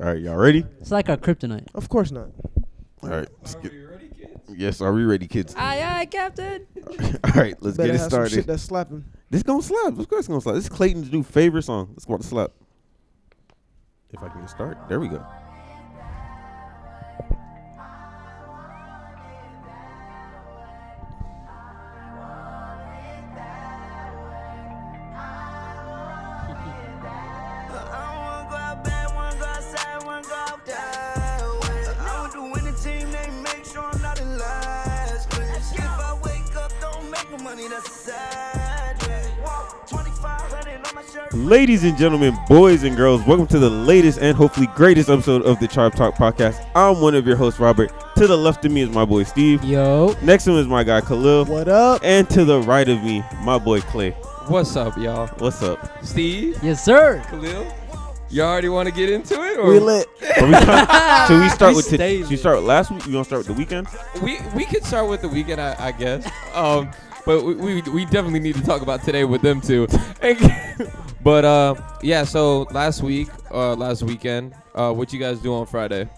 All right, y'all ready? It's like our kryptonite. Of course not. All right. let's get- Yes, are we ready, kids? Aye, aye, Captain. All right, let's Better get it have some shit started. that's slapping. This gonna slap. Of course, it's gonna slap. This is Clayton's new favorite song. Let's go out to slap. If I can get start, there we go. Ladies and gentlemen, boys and girls, welcome to the latest and hopefully greatest episode of the Tribe Talk Podcast. I'm one of your hosts, Robert. To the left of me is my boy Steve. Yo. Next to him is my guy Khalil. What up? And to the right of me, my boy Clay. What's up, y'all? What's up? Steve, Yes, sir. Khalil, you already want to get into it, or We lit. Are we trying- should we start We with? stay T- should we lit. start with last week? You gonna start with the weekend? we we could start with the weekend, I, I guess. Um, but we, we we definitely need to talk about today with them too. but uh, yeah. So last week, uh, last weekend, uh, what you guys do on Friday?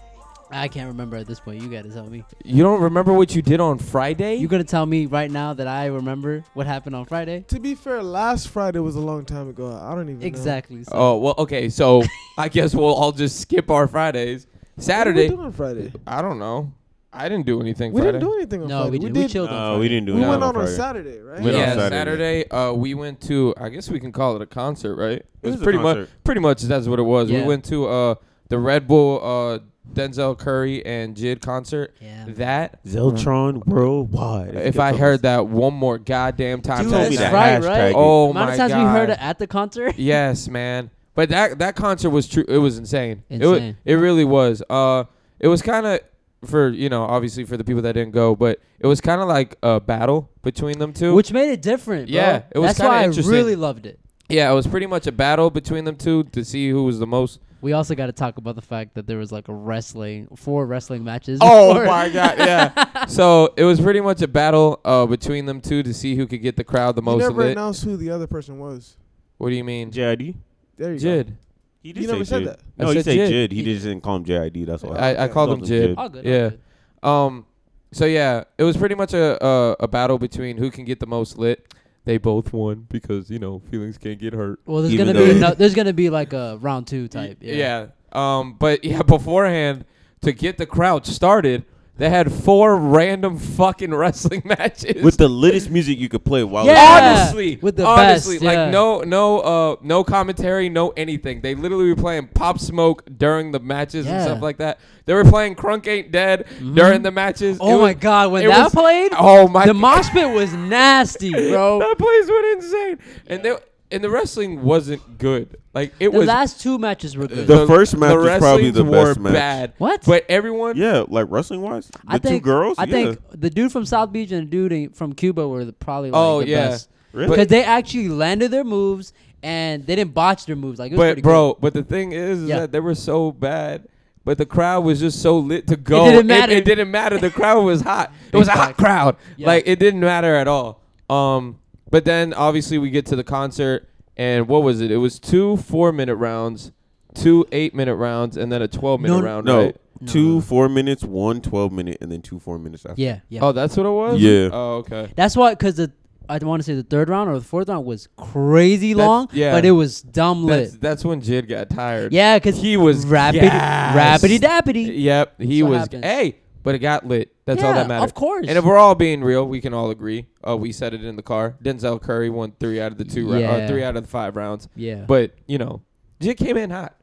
I can't remember at this point. You gotta tell me. You don't remember what you did on Friday? You gonna tell me right now that I remember what happened on Friday? To be fair, last Friday was a long time ago. I don't even Exactly. So. oh well, okay. So I guess we'll all just skip our Fridays. know. What did we Saturday. do on Friday? I don't know. I did not do anything We Friday. didn't do anything on No, Friday. we did. We chilled. on No, Friday. we didn't do. We No. went on on Friday. Saturday, right? We went yeah, on Saturday. Saturday. uh, we went to. I guess we can call it a concert, right? It was a pretty much, concert. pretty much that's what it was. Yeah. We went to uh, the Red Bull, uh, Denzel Curry and Jid concert. Yeah. That Zeltron Worldwide. if I heard that one more goddamn time, Dude, that told me night- that right, hashtag. right? Oh Amount my of times god! we heard it at the concert. yes, man. But that that concert was true. It was insane. It was, Insane. it really was. Uh, it was kind of for you know obviously for the people that didn't go, but it was kind of like a battle between them two. Which made it different. Bro. Yeah, it was That's kinda why interesting. I really loved it. Yeah, it was pretty much a battle between them two to see who was the most. We also got to talk about the fact that there was like a wrestling, four wrestling matches. before. Oh god, yeah. so it was pretty much a battle uh, between them two to see who could get the crowd the You most never lit. announced who the other person was. What do you mean? JID. There you go. Jid. He You never said that. I No, he said said Jid. Jid. He just didn't call him JID. That's why. I, I called him Jid. All good. all Yeah. good. Um. So yeah, it was pretty much a, a a battle between who can get the most lit. They both won because you know feelings can't get hurt. Well, there's Even gonna be though- no, there's gonna be like a round two type. Yeah. Yeah. Um, but yeah, beforehand, to get the crowd started, they had four random fucking wrestling matches. With the littest music you could play while Yeah. it's on. honestly, with the honestly, best, like yeah. no, no, uh, no commentary, no anything. They literally were playing Pop Smoke during the matches and Yeah. stuff like that. They were playing Crunk Ain't Dead during the matches. Oh my It was- god, when it that was- played, oh my, the g- mosh pit was nasty, bro. that place went insane, and they and the wrestling wasn't good. Like it The was last two matches were good. The first match the was probably the wrestlings best were match. Bad. What? But everyone, Yeah, like wrestling wise, the I think two girls. I yeah. think the dude from South Beach and the dude in- from Cuba were the, probably like Oh, the yeah. best. really. Because they actually landed their moves and they didn't botch their moves. Like it was pretty But good. bro, but the thing is, is Yeah. that they were so bad. But the crowd was just so lit to go. didn't matter. It, didn't matter. The crowd was hot. It was a hot Exactly. crowd. Yeah. Like it didn't matter at all. Um, but then obviously we get to the concert, and what was it? It was two four-minute rounds, two eight-minute rounds, and then a twelve-minute No, round. No, right? two four minutes, one 12 minute, and then two four minutes after. Yeah, yeah. Oh, that's what it was. Yeah. Oh, okay. That's why, because the I want to say the third round or the fourth round was crazy That's- long, yeah. but it was dumb That's, lit. that's when Jid got tired. Yeah, because He was rapid, gassed. rapidy dappity. Yep, he what was. happens. Hey, but it got lit. That's all Yeah, that matters. of course. And if we're all being real, we can all agree. Uh, we said it in the car. Denzel Curry won three out of the two, rou- uh, Yeah. three out of the five rounds. Yeah. But you know, Jid came in hot.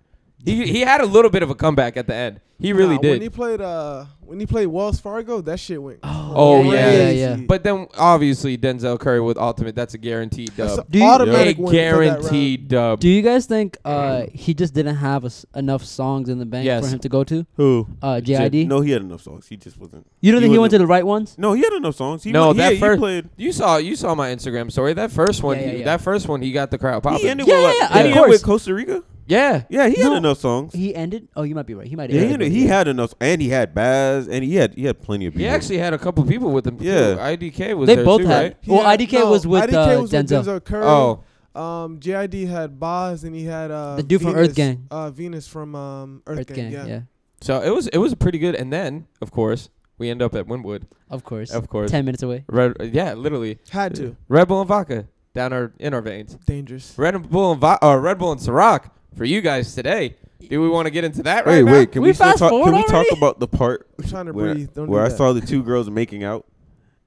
He he had a little bit of a comeback at the end. He really Nah, did. When he played, uh, when he played Wells Fargo, that shit went. Oh, yeah, yeah, crazy. yeah. but then obviously Denzel Curry with ultimate. That's a guaranteed That's dub. an you- automatic a win for that round. guaranteed dub. Do you guys think uh, he just didn't have a s enough songs in the bank Yes. for him to go to? Who? Uh, JID? No, he had enough songs. He just wasn't. You don't He think he wasn't- went to the right ones? No, he had enough songs. He no, went- that yeah, first he played. you saw you saw my Instagram story. That first one, Yeah, yeah, he- yeah. that first one, he got the crowd popping. He ended Yeah, with like, yeah, did he of end course. with Costa Rica. yeah, Yeah, he No. had enough songs. He ended. Oh, you might be right. He might. have yeah, he ended, had, he had enough, and he had Baz, and he had he had plenty of people. He actually had a couple people with him. too. Yeah. IDK was They there both too, had- right? He Well, had- IDK was with, IDK uh, was Denzel. Curry. Oh, Um, JID had Boz and he had uh, The dude from Earth Venus- Gang. Uh, Venus from um, Earth, Gang. Yeah. So it was it was pretty good. And then of course we end up at Winwood. Of course. Of course. Ten minutes away. Red, yeah, literally. Had to. Red Bull and vodka down our in our veins. Dangerous. Red Bull and vo- uh, Red Bull and Ciroc for you guys today. Do we want to get into that Wait, right wait. Can we, We still fast talk? Can forward we talk already? about the part I'm trying to where, breathe. Don't where I do that. saw the two girls making out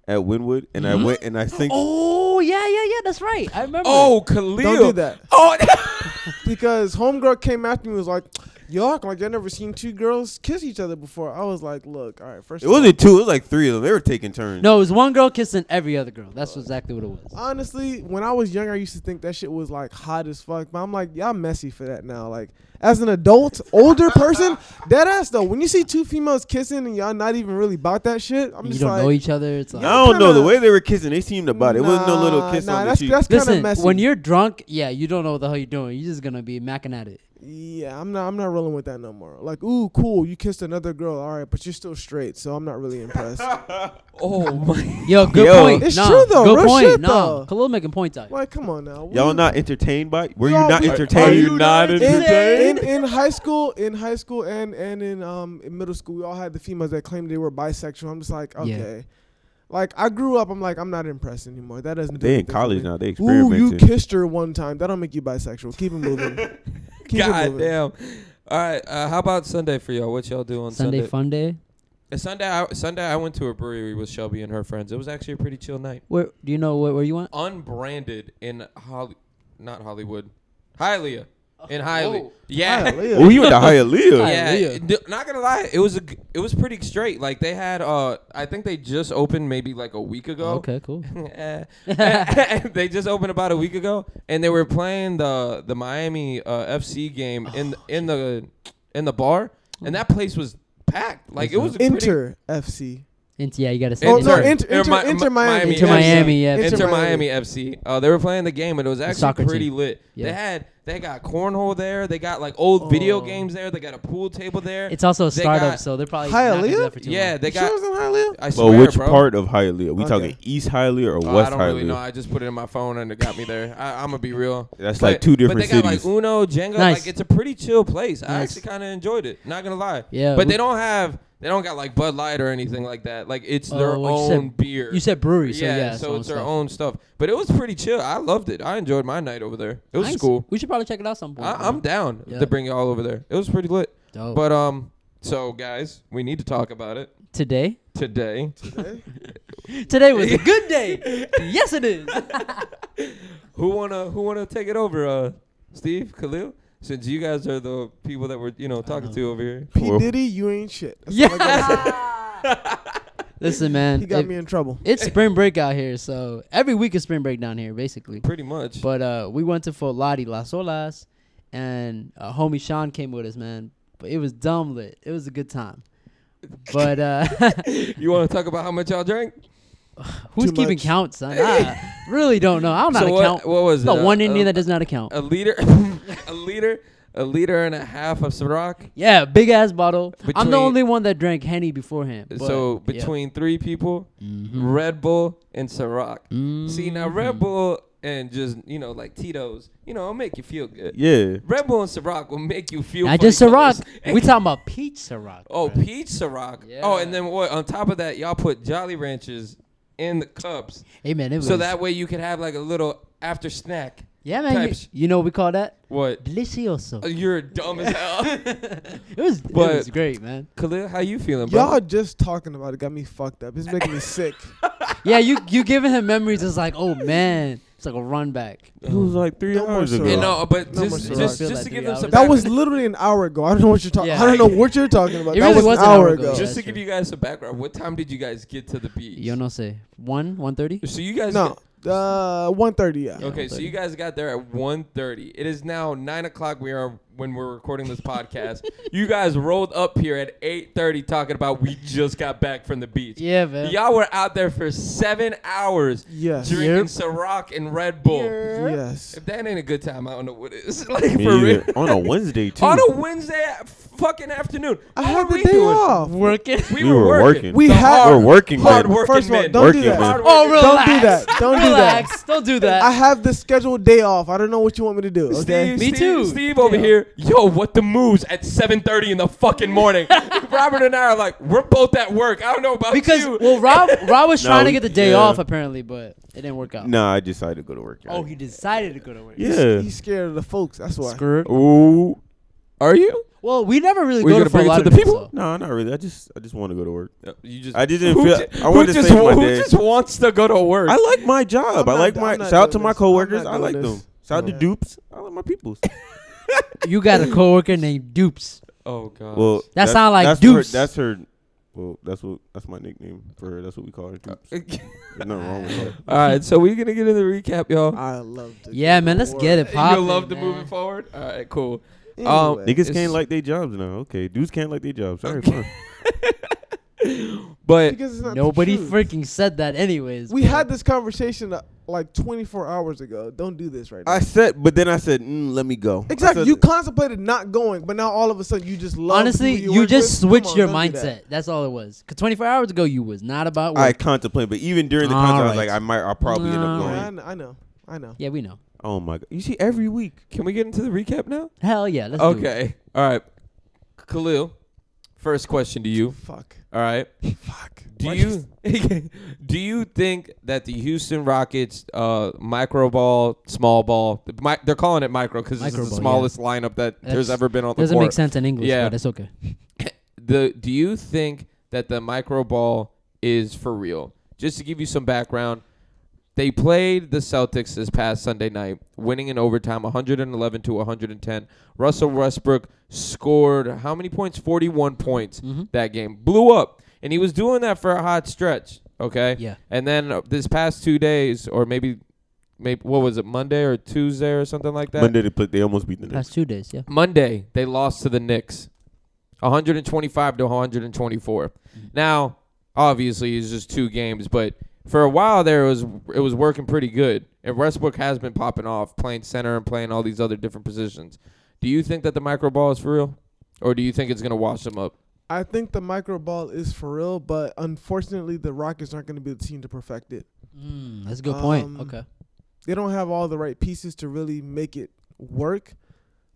at Winwood, and I went and I think Oh yeah, yeah, yeah. That's right. I remember. now? Oh, Khalil. Don't do that. Oh, Because homegirl came after me and was like, y'all acting like y'all never seen two girls kiss each other before. I was like, look, all right, first it of all, wasn't two. It was like three of them. They were taking turns. No, it was one girl kissing every other girl. That's exactly what it was. Honestly, when I was younger, I used to think that shit was like hot as fuck. But I'm like, y'all messy for that now. Like, as an adult, older person, dead ass though. When you see two females kissing and y'all not even really about that shit, I'm you just don't like, know each other. It's I like don't know. The Kinda- way they were kissing, they seemed about it. It wasn't no little kiss nah, on the that's, cheek. that's kind Listen, of messy. when you're drunk, yeah, you don't know what the hell you're doing. You're just gonna be macking at it. yeah, I'm not, I'm not rolling with that no more. Like, ooh, cool, you kissed another girl, all right, but you're still straight, so I'm not really impressed. oh my. Yo, good Yo. point. It's Nah, true, though. Good Real point. shit, nah, though. Khalil making points out. like, come on now, Y'all We- not entertained by? Were you Yo, not we- entertained? Are you not in, entertained? in, in high school, in high school, and and in um in middle school, we all had the females that claimed they were bisexual. I'm just like, Yeah. okay, like I grew up. I'm like, I'm not impressed anymore. That doesn't. do They in anything for college me. now. They Ooh, you experimenting. kissed her one time. That'll make you bisexual. Keep it moving. Keep it God moving. damn. All right. Uh, how about Sunday for y'all? What y'all do on Sunday, Sunday? fun day. Uh, Sunday, I, Sunday, I went to a brewery with Shelby and her friends. It was actually a pretty chill night. Where do you know where, where you went? Unbranded in Holly, not Hollywood, Hialeah, in Hialeah. whoa. Yeah, Hialeah. Oh, you went to Hialeah. yeah. Hialeah. d- Not gonna lie, it was a, g- it was pretty straight. Like they had, uh, I think they just opened maybe like a week ago. Okay, cool. Eh. they just opened about a week ago, and they were playing the the Miami uh, FC game in in the in the bar, and that place was packed. Like it was a pretty- Inter FC. Int- yeah, you gotta say Oh, it. no, Inter- Inter- Inter- Mi- Inter Miami. Inter Miami, yeah. Inter Inter Miami. Miami FC. Uh, they were playing the game, and it was soccer actually team. pretty lit. Yeah. They had they got cornhole there. They got like old video Oh. games there. They got a pool table there. It's also a They startup, got- so they're probably not gonna do Hialeah? that for too yeah, long. they You got. sure it was in Hialeah? I Well, swear, which bro. part of Hialeah? We Okay. talking East Hialeah or Oh, I West don't Hialeah? really know. I just put it in my phone and it got me there. I, I'm gonna be real. That's But- like two But they different got cities. like Uno, Jenga. Nice. Like it's a pretty chill place. I Nice. actually kind of enjoyed it. Not gonna lie. Yeah, But we- they don't have. They don't got like Bud Light or anything like that. Like it's their Oh, well, you said- own beer. You said brewery, so yeah. so it's their their own stuff. But it was pretty chill. I loved it. I enjoyed my night over there. It was cool. We should probably check it out some point. I, I'm down Yeah. to bring y'all over there. It was pretty lit. Dope. But um, so guys, we need to talk about it today, today. Today? today was a good day. yes, it is. Who wanna who wanna take it over? Uh, Steve, Khalil, since you guys are the people that we're you know talking to over here. P Well- Diddy, you ain't shit. That's all I gotta say. yeah. Listen, man. He got it- me in trouble. It's spring break out here, so every week is spring break down here, basically. Pretty much. But uh, we went to Fort Lottie Las Olas, and uh, homie Sean came with us, man. But it was dumb lit. It was a good time. But uh, you wanna talk about how much y'all drank? who's Too keeping much. count, son? I really don't know. I don't know so how to what, count. what was the it? one Uh, Indian a, that does not account. a liter, a liter, a liter and a half of Ciroc. yeah, big ass bottle. I'm Between- the only one that drank henny beforehand. but, so yeah. Mm-hmm. between three people, Red Bull and Ciroc. See now, Red Bull and just you know like Tito's, you know, it'll make you feel good. yeah. Red Bull and Ciroc will make you feel. not just funny Ciroc. colours. we talking about peach Ciroc. oh, bro. peach Ciroc. Oh, and Yeah. then what? On top of that, y'all put Jolly Ranchers in the cups, hey man, it was so that way you could have like a little after snack. yeah man. You, types- you know what we call that? What? Delicioso. Uh, You're dumb as hell, It was But- it was great, man. Khalil. How you feeling, bro? Y'all just talking about it got me fucked up. It's making me sick. Yeah, you you giving him memories. It's like, oh man, it's like a run back. It was like three No more hours ago. Ciroc. Yeah, Uh-huh. no, but No more just Feel Ciroc. just, just that to three give them hours. some. That back- was literally an hour ago. I don't know what you're talking. Yeah. I don't know what you're talking about. It that really was, an hour ago. yeah, just to that's give right. you guys some background. What time did you guys get to the beach? Yo no sé. One one thirty. So you guys No, uh, one thirty. Yeah. Yeah. Okay, so you guys got there at 1.30. It is now 9 o'clock we are when we're recording this podcast. you guys rolled up here at 8.30 talking about we just got back from the beach. Yeah man. Y'all were out there for seven hours Yes. drinking Yep. Ciroc and Red Bull. Yes. If that ain't a good time, I don't know what is. like, Me for real. either. On a Wednesday too. On a Wednesday at fucking afternoon. I What had were the we day doing? off. Working. We, We were were working. working. We The had- hard, We're working, hard man. working First of all, men. don't do Working that. men. Hard Oh, working- relax. that. Don't do that. relax. Don't do that. I have the scheduled day off. I don't know what you want me to do. Okay. Steve, Me Steve, too. Steve over Yeah. here. Yo, what the moves at 7:30 in the fucking morning? Robert and I are like, we're both at work. I don't know about because you. well, Rob Rob was No, trying to get the day yeah. off apparently, but it didn't work out. Nah, I decided to go to work. Oh, he decided to go to work. yeah. He's scared of the folks. That's why. Screwed. Ooh. are you? Well, we never really Were you go gonna to Fort bring it to the Lauderdale, so- people? No, not really. I just I just want to go to work. You just I just didn't who feel. ju- I wanted who to just, save wa- my who day. just wants to go to work? I like my job. I'm I like not- my I'm not shout out to doing my this. I'm not coworkers. I doing like this. them. Shout out to Yeah. Dupes. I like my peoples. You got a coworker named Dupes. oh god. Well, That sound like that's her- Dupes. that's her. Well, that's what that's my nickname for her. That's what we call her. Dupes. Uh, There's nothing wrong with that. all right. So we're gonna get into the recap, y'all. I love to. Yeah, man, let's get it popping. You'll love the man. moving forward. All right, cool. Um, Um, Niggas It's- can't like their jobs now. Okay, dudes can't like their jobs. Sorry, Okay. fine. But because it's not the Nobody truth. freaking said that, anyways. We but- had this conversation uh, like 24 hours ago. Don't do this right now. I said, but then I said, mm, let me go. I exactly. said- You contemplated not going, but now all of a sudden you just love. Honestly, who you, work just with. Come switched on, your don't do that. mindset. That's all it was. Cause 24 hours ago, you was not about work. I contemplate, but even during the All concert, I was right. like, I might, I'll probably end up No. going. Yeah, I know. I know. I know. yeah, we know. Oh my god! You see, every week. can we get into the recap now? Hell yeah, let's do it. Okay. All right. Khalil, first question to you. Fuck. All right. Fuck. Do Why you do you think that the Houston Rockets uh, micro ball, small ball, mi- they're calling it micro because it's Micro the ball, yeah. smallest lineup that there's That's- ever been on the Doesn't court. make sense in English, Yeah. but it's okay. The do you think that the micro ball is for real? Just to give you some background, they played the Celtics this past Sunday night, winning in overtime 111 to 110. Russell Westbrook scored how many points? 41 points that game. Blew up. And he was doing that for a hot stretch, okay? Yeah. And then uh, this past 2 days or maybe maybe what was it? Monday or Tuesday or something like that? Monday they put, they almost beat the Knicks. Past two days, yeah. Monday, they lost to the Knicks 125 to 124. Now, obviously, it's just two games, but for a while there, it was it was working pretty good. And Westbrook has been popping off, playing center and playing all these other different positions. Do you think that the micro ball is for real, or do you think it's gonna wash them up? I think the micro ball is for real, but unfortunately, the Rockets aren't going to be the team to perfect it. Mm, that's a good point. Um, Okay. They don't have all the right pieces to really make it work.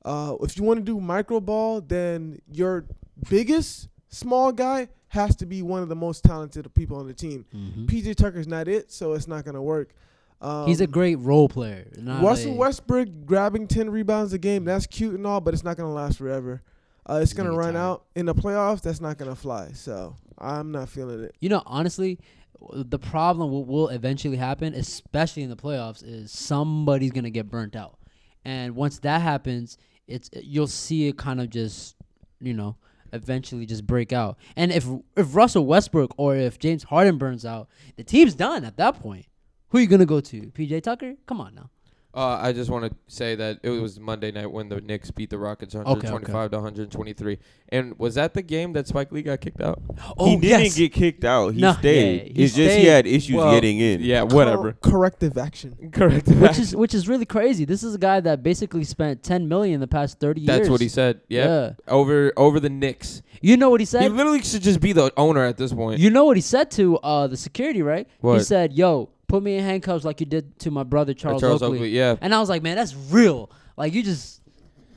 Uh, if you want to do micro ball, then your biggest small guy has to be one of the most talented people on the team. Mhm. PJ Tucker's not it, so it's not going to work. Um, He's a great role player. not Russell a- Westbrook grabbing 10 rebounds a game, that's cute and all, but it's not going to last forever. Uh, it's He's going gonna to get run tired. out. In the playoffs, that's not going to fly. So I'm not feeling it. You know, honestly, w- the problem what will eventually happen, especially in the playoffs, is somebody's gonna get burnt out, and once that happens, it's you'll see it kind of just, you know, eventually just break out. And if if Russell Westbrook or if James Harden burns out, the team's done at that point. Who are you gonna go to? PJ Tucker? Come on now. Uh, I just want to say that it was Monday night when the Knicks beat the Rockets 125 to 123. And was that the game that Spike Lee got kicked out? Oh he didn't yes. get kicked out. He No, stayed. yeah, he it's just he stayed. had issues Well, getting in. Yeah, whatever. Cor- Oh, corrective action. Correct. which is which is really crazy. This is a guy that basically spent 10 million in the past 30 years. That's what he said. Yeah. Yeah. Over over the Knicks. You know what he said? He literally should just be the owner at this point. You know what he said to uh, the security, right? He What? said, "Yo, put me in handcuffs like you did to my brother Or Charles, Oakley. Uh, yeah. And I was like, "Man, that's real. Like you just."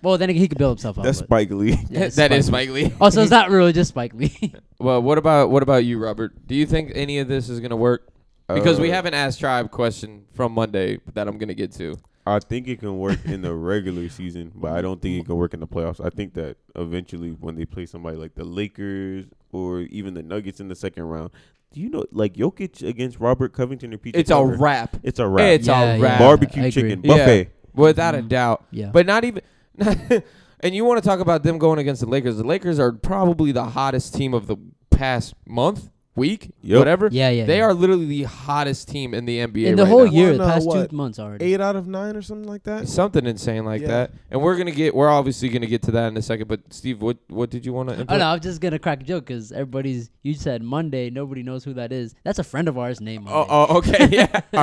Well, then he could build himself up. That's but- Spike Lee. yeah, That it's is Spike Lee. Spike Lee. Oh, so it's not really just Spike Lee. well, what about what about you, Robert? Do you think any of this is gonna work? Because we Uh, have an Ask Tribe question from Monday that I'm gonna get to. I think it can work in the regular season, but I don't think it can work in the playoffs. I think that eventually, when they play somebody like the Lakers or even the Nuggets in the second round, do you know like Jokic against Robert Covington or PJ? It's a Tucker? wrap. It's a wrap. It's a wrap. Barbecue I agree. chicken Yeah. buffet. Without a Mhm. doubt. Yeah. But not even and you want to talk about them going against the Lakers. The Lakers are probably the hottest team of the past month, week, Yep. whatever. Yeah, yeah, They yeah. are literally the hottest team in the NBA. in the right whole now. year, Won, the uh, past what, two months already. Eight out of nine or something like that. something insane like Yeah. that. And we're gonna get. We're obviously gonna get to that in a second. But Steve, what what did you want to? Oh no, I'm just gonna crack a joke because everybody's. You said Monday. Nobody knows who that is. That's a friend of ours named Oh, Monday. oh, okay, yeah. All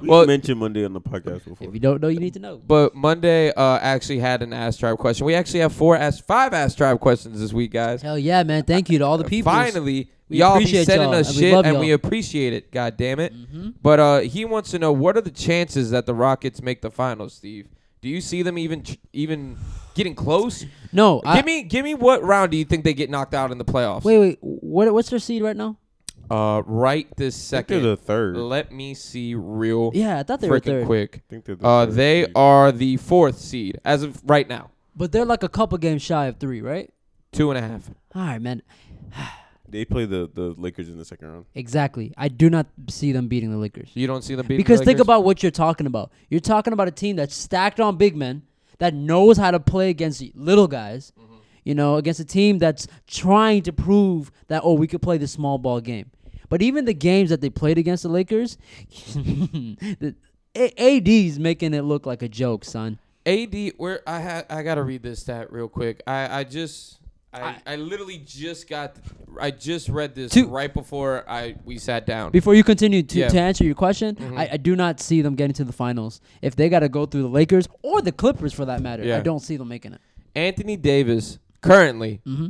We Well, mentioned Monday on the podcast before. If you don't know, you need to know. but Monday uh, actually had an Ask Tribe question. We actually have four Ask Five Ask Tribe questions this week, guys. Hell yeah, man! Thank you to all the people. Finally, We y'all be appreciate sending y'all, us and we shit, love and y'all. Mm-hmm. we appreciate it. God damn it! But uh, he wants to know what are the chances that the Rockets make the finals, Steve? Do you see them even ch- even getting close? No, I, give me give me what round do you think they get knocked out in the playoffs? Wait, wait. What what's their seed right now? Uh, right this I think they're second. the third. I Let me see real Yeah, I thought they were freaking third, quick. think they're the Uh, third they seed. are the fourth seed as of right now. but they're like a couple games shy of three, right? Two and a half. All right, man. They play the the Lakers in the second round. Exactly. I do not see them beating the Lakers. You don't see them beating the Because think Lakers? about what you're talking about. You're talking about a team that's stacked on big men, that knows how to play against little guys, Mm-hmm. you know, against a team that's trying to prove that, oh, we could play the small ball game. But even the games that they played against the Lakers, the A- AD's making it look like a joke, son. AD. Where I ha- I gotta read this stat real quick. I I just. I, I literally just got I just read this Two- right before I we sat down. Before you continue to, Yeah. Mm-hmm. to answer your question, I, I do not see them getting to the finals. If they got to go through the Lakers or the Clippers for that matter, Yeah. I don't see them making it. Anthony Davis currently Mm-hmm.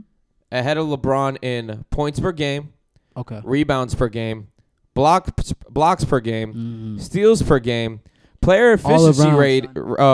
ahead of LeBron in points per game, Okay. rebounds per game, blocks blocks per game, steals per game, player efficiency Mm. around, rate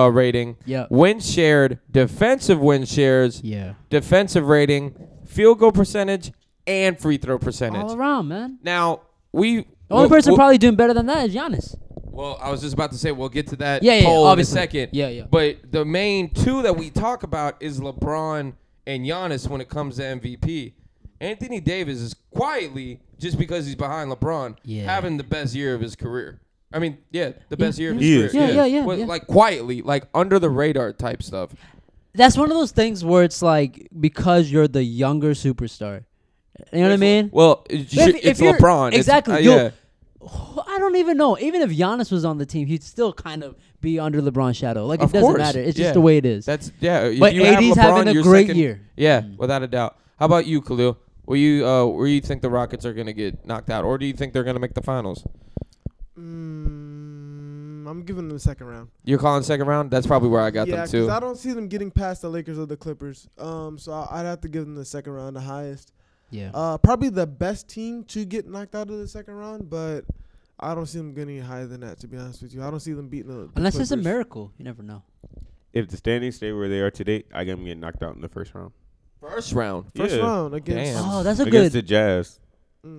uh, rating, Yeah. win shared, defensive win shares, Yeah. defensive rating, field goal percentage, and free throw All percentage. around, man. Now we The only we'll- person we'll- probably doing better than that is Giannis. Well, I was just about to say we'll get to that Yeah, yeah, yeah, poll in a obviously. second. Yeah, yeah. But the main two that we talk about is LeBron and Giannis when it comes to MVP. Anthony Davis is quietly just because he's behind LeBron Yeah. having the best year of his career. I mean, yeah, the best year of He his is, he career. Yeah, is. yeah, yeah, Well, yeah. Like quietly, like under the radar type stuff. That's one of those things where it's like because you're the younger superstar. You know what I mean? Well, it's, If- if it's you're- LeBron. It's- exactly, uh, you'll- yeah. I don't even know. Even if Giannis was on the team, he'd still kind of be under LeBron's shadow. Like it Of doesn't course, matter. It's yeah. just the way it is. That's yeah. if But you have AD's LeBron, having a your great second- year. Yeah, without a doubt. How about you, Khalil? Where you uh, where you think the Rockets are gonna get knocked out, or do you think they're gonna make the finals? Mm, I'm giving them the second round. You're calling second round. That's probably where I got yeah, them too. I don't see them getting past the Lakers or the Clippers. Um, so I- I'd have to give them the second round, the highest. yeah. Uh, probably the best team to get knocked out of the second round, but I don't see them getting any higher than that. To be honest with you, I don't see them beating the. the Unless it's a Clippers. miracle, you never know. If the standings stay where they are today, I am getting knocked out in the first round. First round. First Yeah. round against. Damn. Oh, that's a Against good. the Jazz.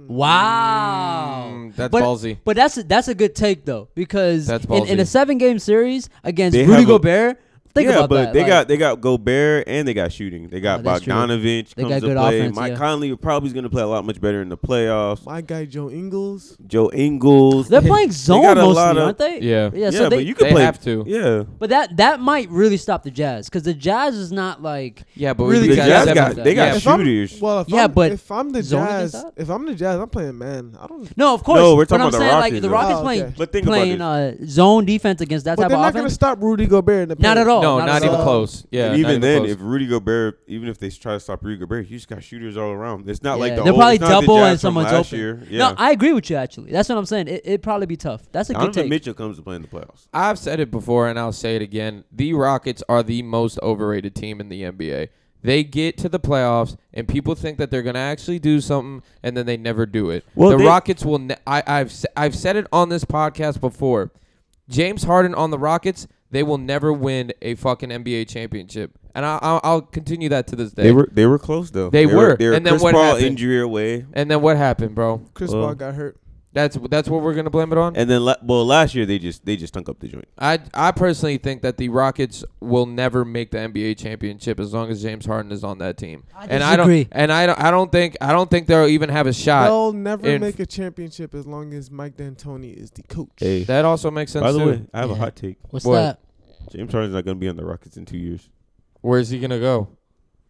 wow. Mm, that's But- ballsy. But that's a, that's a good take though, because That's in, in ballsy. a seven game series against They Rudy have a- Gobert, think yeah, about but that. they like- got they got Gobert and they got shooting. They got Oh, that's true. Bogdanovich They comes got to good play. offense, Mike yeah. Conley probably is going to play a lot much better in the playoffs. My guy Joe Ingles. Joe Ingles. they're playing zone got a mostly, lot of- aren't they? Yeah. yeah. yeah, So but they, you could They play. have to. Yeah, But that that might really stop the Jazz because the Jazz is not like Yeah, but Really the we got got Jazz seven- got they got Yeah, If I'm- shooters. Well, if Yeah, I'm, but if I'm the zone against Jazz, that? if I'm the Jazz, I'm playing man. I don't. no, of course. No, we're but talking I'm about the saying Rockets, like the though. Rockets Oh, playing okay. But think about playing this. uh, zone defense against that But type they're of not going to offense. stop Rudy Gobert in the Not at paint. all. no, not not at even all. close. Yeah, and not even then, close. if Rudy Gobert, even if they try to stop Rudy Gobert, he just got shooters all around. It's not like Yeah, the they're old, probably it's not the double Jazz and from someone's last open. Year. Yeah, No, I agree with you actually. That's what I'm saying. It it'd probably be tough. That's a good Donovan take. Mitchell comes to play in the playoffs. I've said it before and I'll say it again. The Rockets are the most overrated team in the NBA. They get to the playoffs and people think that they're going to actually do something and then they never do it. Well, the they- Rockets will ne- I I've s- I've said it on this podcast before. James Harden on the Rockets, they will never win a fucking NBA championship. And I I'll, I'll continue that to this day. They were they were close though. They were. They were And then Chris what Paul happened? injury away, and then what happened, bro? Chris Well. Paul got hurt. That's that's what we're going to blame it on. and then la- well last year they just they just stunk up the joint. I I personally think that the Rockets will never make the NBA championship as long as James Harden is on that team. I and I don't disagree. and I don't I don't think I don't think they'll even have a shot. They'll never in- make a championship as long as Mike D'Antoni is the coach. Hey, That also makes sense by the too. way, I have a Yeah. hot take. What's What? that? James Harden's not going to be on the Rockets in two years. Where is he gonna go?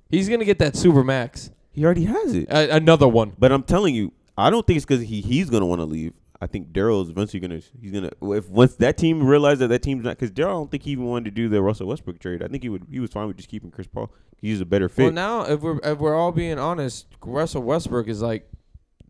He's gonna get that super max. He already has it. A- another one. But I'm telling you, I don't think it's because he he's gonna want to leave. I think Daryl's eventually gonna he's gonna if once that team realized that that team's not because Daryl I don't think he even wanted to do the Russell Westbrook trade. I think he would he was fine with just keeping Chris Paul. He's a better fit. Well, now if we're if we're all being honest, Russell Westbrook is like,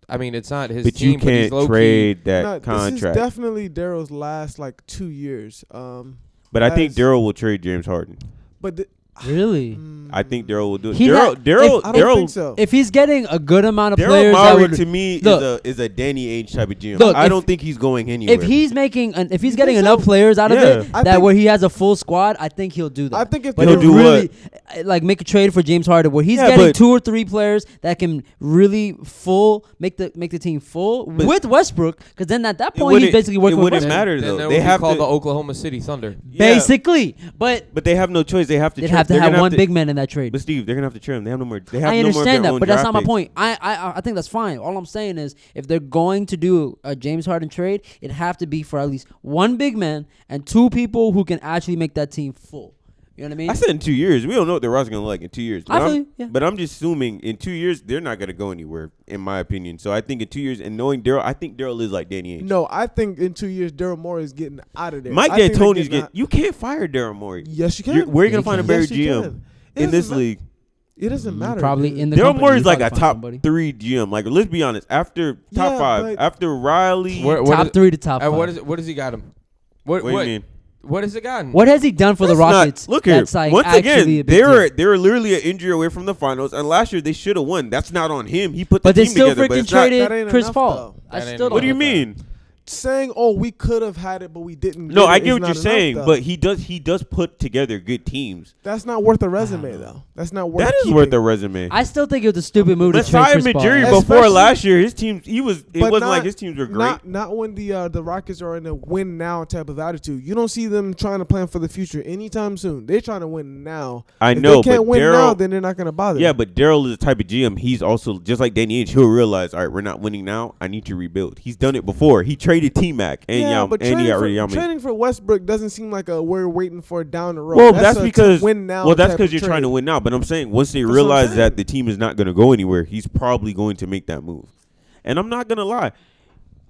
I mean, it's not his but team, you but he's can't low-key- trade that No, This is contract. definitely Daryl's last like two years. Um, but I think that is- Daryl will trade James Harden. but the, mm, Really? I think Daryl will do it. He Daryl, not- Daryl, if- I don't Daryl, think so. If he's getting a good amount of Daryl players, that Morey would, to me Look. is a is a Danny Ainge type of GM. Look, I if- don't think he's going anywhere. if he's making an, if he's You getting think enough so? players out Yeah. of it I that think- where he has a full squad, I think he'll do that. I think if but He'll it do what? really uh, like make a trade for James Harden where he's Yeah, getting but- two or three players that can really full make the make the team full But- with Westbrook because then at that It point he's wouldn't- basically it working with wouldn't Then- Westbrook. matter, then though. that They would be have called to- the Oklahoma City Thunder. Yeah, basically. But but they have no choice. They have to. they'd trim- have to they're have gonna one to- big man in that trade. But Steve, they're gonna have to trim. They have no more. They have I no more of understand their that, own but that's not draft my picks. point. I, I I think that's fine. All I'm saying is if they're going to do a James Harden trade, it'd have to be for at least one big man and two people who can actually make that team full. You know what I mean? I said in two years. We don't know what the roster's gonna look like in two years. But, I feel I'm, you, yeah. but I'm just assuming in two years they're not gonna go anywhere, in my opinion. So I think in two years, and knowing Daryl, I think Daryl is like Danny Ainge. no, I think in two years Daryl Morey is getting out of there. Mike I think they're D'Antoni's get. out- You can't fire Daryl Morey. Yes, you can. You're- where you Yeah, gonna you find a can. better Yes, you GM can. It in this doesn't ma- league? It doesn't matter. Mm, probably dude. in the Daryl company, Morey's you like a probably find top somebody. three GM. Like, let's be honest. After top Yeah, five, but- after Riley, Where- what top is- three to top And five. what is it, what has he got him? What What do you what, mean? what has it gotten? What has he done for the That's not- Rockets? look here. That's like Once actually again, a big they deal? were they were literally an injury away from the finals, and last year they should have won. That's not on him. He put the But they team still together. but freaking it's not- traded that ain't Chris enough, Paul. though. I That ain't still enough. don't. What do you Like that. mean? saying, "Oh, we could have had it, but we didn't." No, get it," I is get what not you're enough, saying, though. but he does he does put together good teams. that's not worth a resume, know. though. That's not worth. That is keeping. worth a resume. I still think it was a stupid move to trade Messiah Chris Paul. Majiri That's- before Especially- last year, his teams he was it But wasn't not- like his teams were great. Not, not when the uh, the Rockets are in a win now type of attitude. You don't see them trying to plan for the future anytime soon. They're trying to win now. I if know, They can't but win Daryl- now, then they're not going to bother. yeah, but Daryl is the type of GM. He's also just like Danny Ainge. He'll realize, all right, we're not winning now. I need to rebuild. He's done it before. He traded T Mac and yeah, Yam but and trading, for, Yami. trading for Westbrook doesn't seem like a we're waiting for down the road. Well, that's, a because win now. Well, that's type of because you're trying trade. to win now. But I'm saying once they what I'm realize saying. that the team is not going to go anywhere, he's probably going to make that move. And I'm not gonna lie,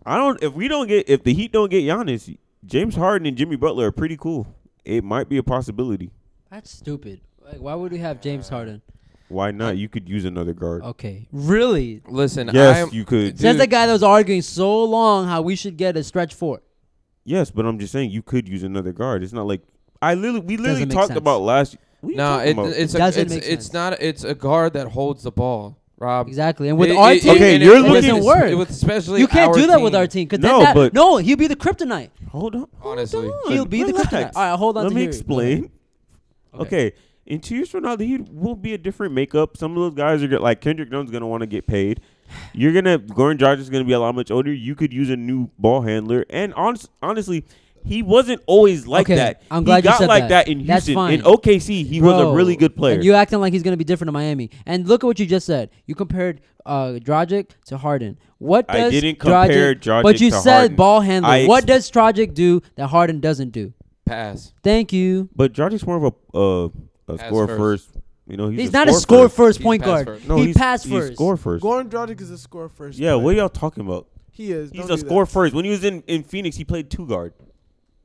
I don't. If we don't get, if the Heat don't get Giannis, James Harden and Jimmy Butler are pretty cool. It might be a possibility. That's stupid. Like, why would we have James Harden? Why not? You could use another guard. Oh, Okay, really? Listen, yes, I'm, you could. Dude. Says the guy that was arguing so long how we should get a stretch four. Yes, but I'm just saying you could use another guard. It's not like I literally we literally Doesn't make talked sense. about last. What are you no, talking it, about? it's a, it's, doesn't make it's sense. not it's a guard that holds the ball, Rob. Exactly. And with It- our it- team, Okay, and you're it doesn't looking- work. With especially you can't our do that team. with our team because No, no, that, but- no, he'll be the kryptonite. hold on, hold Honestly. on, He'll be the relax. kryptonite. All right, hold on Let to me Yuri. explain. Okay. in two years from now, the Heat will be a different makeup. Some of those guys are gonna like Kendrick Dunn's gonna want to get paid. You're gonna Goran Dragic is gonna be a lot much older. You could use a new ball handler. And honest, honestly, he wasn't always like Okay, that. I'm He glad you got said like that. that, in That's Houston. In fine. OKC, he was a Bro, really good player. And you acting like he's going to be different in Miami. And look at what you just said. You compared uh, Dragic to Harden. What I does didn't compare Dragic But you to said Harden. ball handler. I what ex- does Dragic do that Harden doesn't do? Pass. Thank you. but Dragic's more of a uh, a Pass scorer first. first. You know, he's, He's, not a score first, He point passed guard. first. No, he he's, passed he's first. Score first. Goran Dragic is a score first. yeah, player. what are y'all talking about? he is. He's Don't a do that. score first. When he was in, in Phoenix, he played two guard.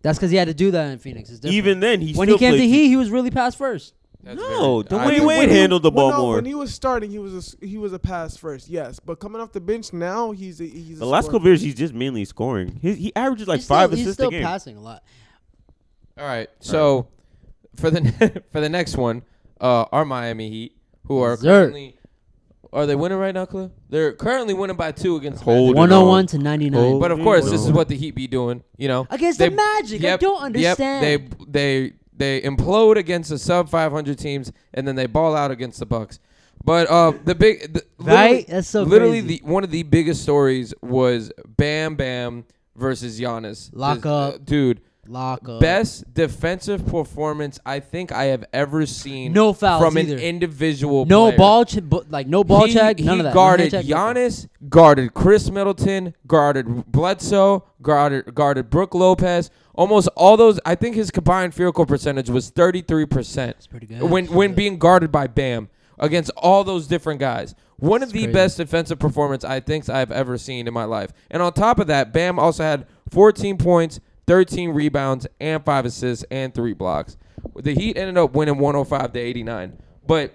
That's because he had to do that in Phoenix. It's different. Even then, he when still he came to played two- Heat, he was really pass first. That's No, very- the I way didn't- Wade when he- handled the well, ball no, more. When he was starting, he was a, s- he was a pass first, yes. But coming off the bench now, he's a, he's a The last scorer. couple years, he's just mainly scoring. He, he averages like He's five still, he's assists still a game. passing a lot. All right. So for the ne- for the next one, uh, our Miami Heat, who are Dessert. currently are they winning right now, Cliff? They're currently winning by two against the Hold it on. Magic. Oh. 101 to 99. Hold But of it course, this is on. what the Heat be doing. You know, Against the Magic, I don't Yep, they they they implode against the sub 500 teams, and then they ball out against the Bucks. But uh, the big the, literally- Right? That's so literally crazy. the one of the biggest stories was Bam Bam versus Giannis. Lock This- up. uh, dude. Lock up. Best defensive performance I think I have ever seen. No fouls from an either. individual. No player. ball, ch- bu- like no ball he, check, none he of that. No guarded hand check, nothing. Giannis, guarded Chris Middleton, guarded Bledsoe, guarded guarded Brooke Lopez. Almost all those. I think his combined field goal percentage was thirty three percent. pretty good. When That's when good. being guarded by Bam, against all those different guys. One of It's the crazy. best defensive performance I think I've ever seen in my life. And on top of that, Bam also had 14 points, 13 rebounds, and five assists and three blocks. The Heat ended up winning 105 to 89. But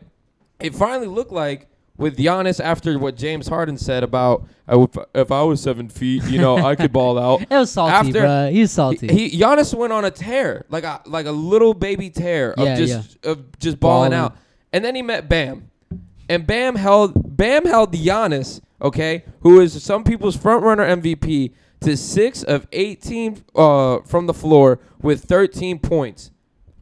it finally looked like with Giannis after what James Harden said about I would, if I was seven feet, you know, I could ball out. It was salty, After- bruh. He's salty. He Giannis went on a tear, like a like a little baby tear of Yeah, just of just balling, Balling. out. And then he met Bam, and Bam held Bam held Giannis, okay, who is some people's front runner MVP, to six of eighteen uh, from the floor with thirteen points,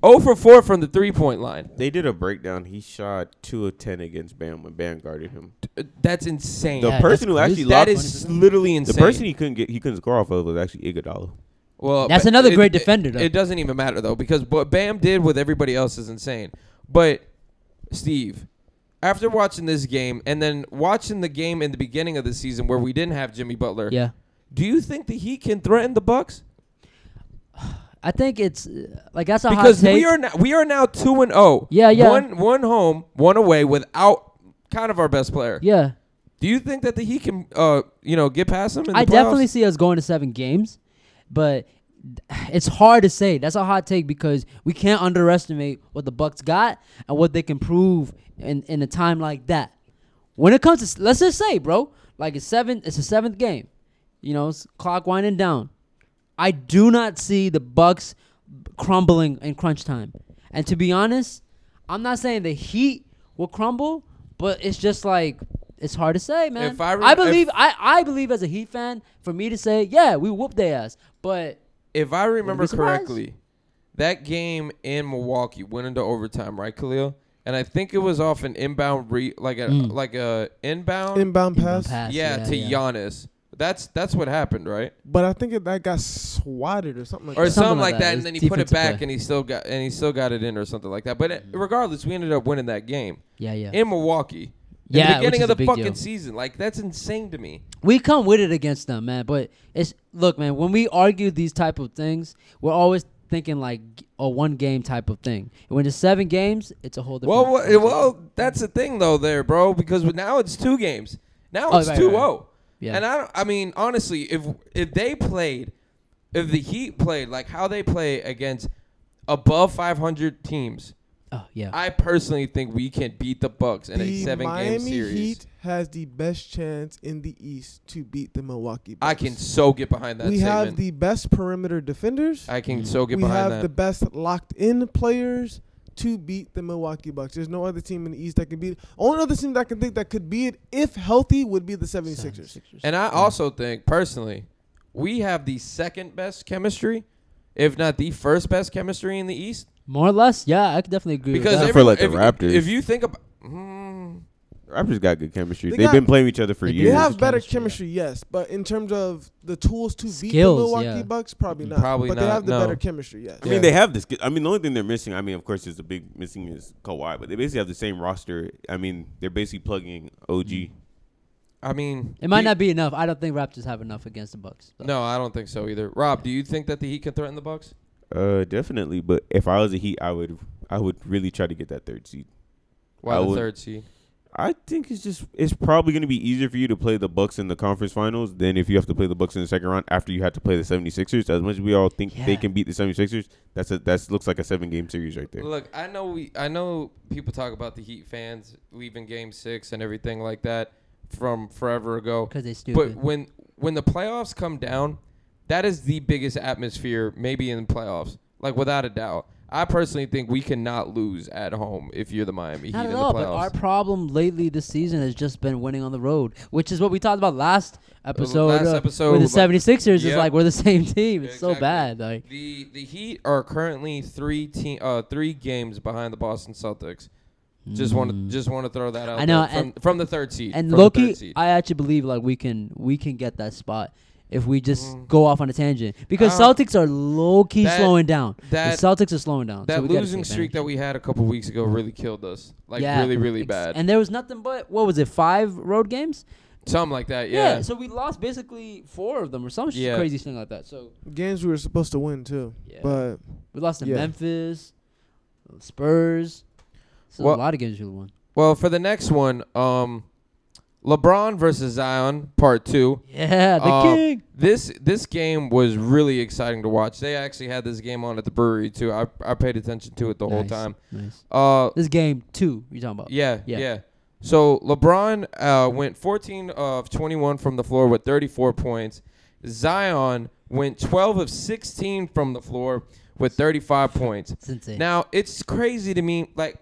zero for four from the three point line. They did a breakdown. He shot two of ten against Bam when Bam guarded him. Uh, That's insane. The Yeah, person who that's actually crazy. that locked is literally the insane. person he couldn't get he couldn't score off of was actually Iguodala. Well, That's but another it- great it- defender, though. It, doesn't even matter though because what Bam did with everybody else is insane. But Steve, after watching this game and then watching the game in the beginning of the season where we didn't have Jimmy Butler, yeah. do you think the Heat can threaten the Bucks? I think it's uh, like that's a Because hot take. we are now, we are now two and zero. Yeah, yeah. One one home, one away without kind of our best player. yeah. Do you think that the Heat can uh you know get past them? In the I playoffs? definitely see us going to seven games, but it's hard to say. That's a hot take because we can't underestimate what the Bucks got and what they can prove in in a time like that. When it comes to let's just say, bro, like it's seven, it's a seventh game. You know, it's clock winding down. I do not see the Bucks crumbling in crunch time. And to be honest, I'm not saying the Heat will crumble, but it's just like it's hard to say, man. If I rem- believe I, I believe as a Heat fan, for me to say, yeah, we whoop their ass. But if I remember surprised. correctly, that game in Milwaukee went into overtime, right, Khalil? And I think it was off an inbound re like a Mm. like a inbound, Inbound Inbound pass. pass, yeah, to Giannis. That's that's what happened, right? But I think it, that got swatted or something like Or that. something, Something like like that, that. and It then was he put it defensive back, play. and he still got and he still got it in, or something like that. But it- regardless, we ended up winning that game Yeah, yeah. in Milwaukee. In Yeah, the which beginning is of a the big fucking deal. season, like that's insane to me. we come with it against them, man. But it's look, man. When we argue these type of things, we're always thinking like a one game type of thing. When it's seven games, it's a whole different. Well, well, well, that's the thing though, there, bro, because now it's two games. Now Oh, it's right, two zero. Yeah. And I, don't, I mean, honestly, if if they played, if the Heat played like how they play against above 500 teams, oh yeah. I personally think we can beat the Bucks in a the seven Miami game series. Heat has the best chance in the East to beat the Milwaukee. Bucks. I can so get behind that we statement. have the best perimeter defenders. I can so get we behind have that. the best locked-in players to beat the Milwaukee Bucks. There's no other team in the East that can beat. It. Only other team that I can think that could beat it if healthy would be the 76ers. And I also think personally, we have the second best chemistry, if not the first best chemistry in the East. more or less, yeah, I could definitely agree. Because with Except that. every- for, like, the if, Raptors. If you think about, mm, Raptors got good chemistry. They They have got- been playing each other for They do They years. Yeah, have the better chemistry, chemistry, yes, but in terms of the tools to beat the Skills, Milwaukee yeah. Bucks, probably Mm, not. probably but they not, have the no. better chemistry, yes. I mean, Yeah. they have this. I mean, the only thing they're missing, I mean, of course, is the big missing is Kawhi, but they basically have the same roster. I mean, they're basically plugging OG. I mean, it might you- not be enough. I don't think Raptors have enough against the Bucks. though. No, I don't think so either. Rob, do you think that the Heat can threaten the Bucks? Uh, definitely. But if I was a Heat, I would, I would really try to get that third seed. Why I the would- third seed? I think it's just it's probably going to be easier for you to play the Bucks in the conference finals than if you have to play the Bucks in the second round after you had to play the 76ers. As much as we all think they Yeah. can beat the 76ers, that's a that looks like a seven game series right there. Look, I know we, I know people talk about the Heat fans leaving Game Six and everything like that from forever ago. because they But stupid. when when the playoffs come down, that is the biggest atmosphere maybe in the playoffs, like without a doubt. I personally think we cannot lose at home if you're the Miami Not Heat at in all. the But our playoffs. problem lately this season has just been winning on the road, which is what we talked about last episode. last uh, episode, with like- the 76ers is Yep. like we're the same team. It's so Exactly. bad. Like the the Heat are currently three team, uh, three games behind the Boston Celtics. Just want to just want to throw that out. Mm. I know, there from, and- from the third seed. And from the Loki, third seed. I actually believe like we can we can get that spot if we just Mm. go off on a tangent because Uh, Celtics are low key that- slowing down. that- the Celtics are slowing down. so that we gotta losing take streak that advantage. we had a couple weeks ago really killed us. Like Yeah, really, really ex- bad. And there was nothing but what was it five road games? Something like that. Yeah. So we lost basically four of them or some sh- Yeah. crazy thing like that. So Games we were supposed to win too, yeah, but we lost to yeah. Memphis, Spurs. So Well- a lot of games we won. Well, for the next one, um, LeBron versus Zion, part two. Yeah, the Uh, king. This this game was really exciting to watch. They actually had this game on at the brewery too. I, I paid attention to it the whole Nice, time. Nice. Uh, This game two. You're talking about? yeah, Yeah. yeah. So LeBron uh, went 14 of 21 from the floor with 34 points. Zion went 12 of 16 from the floor with 35 points. It's insane. Now it's crazy to me. Like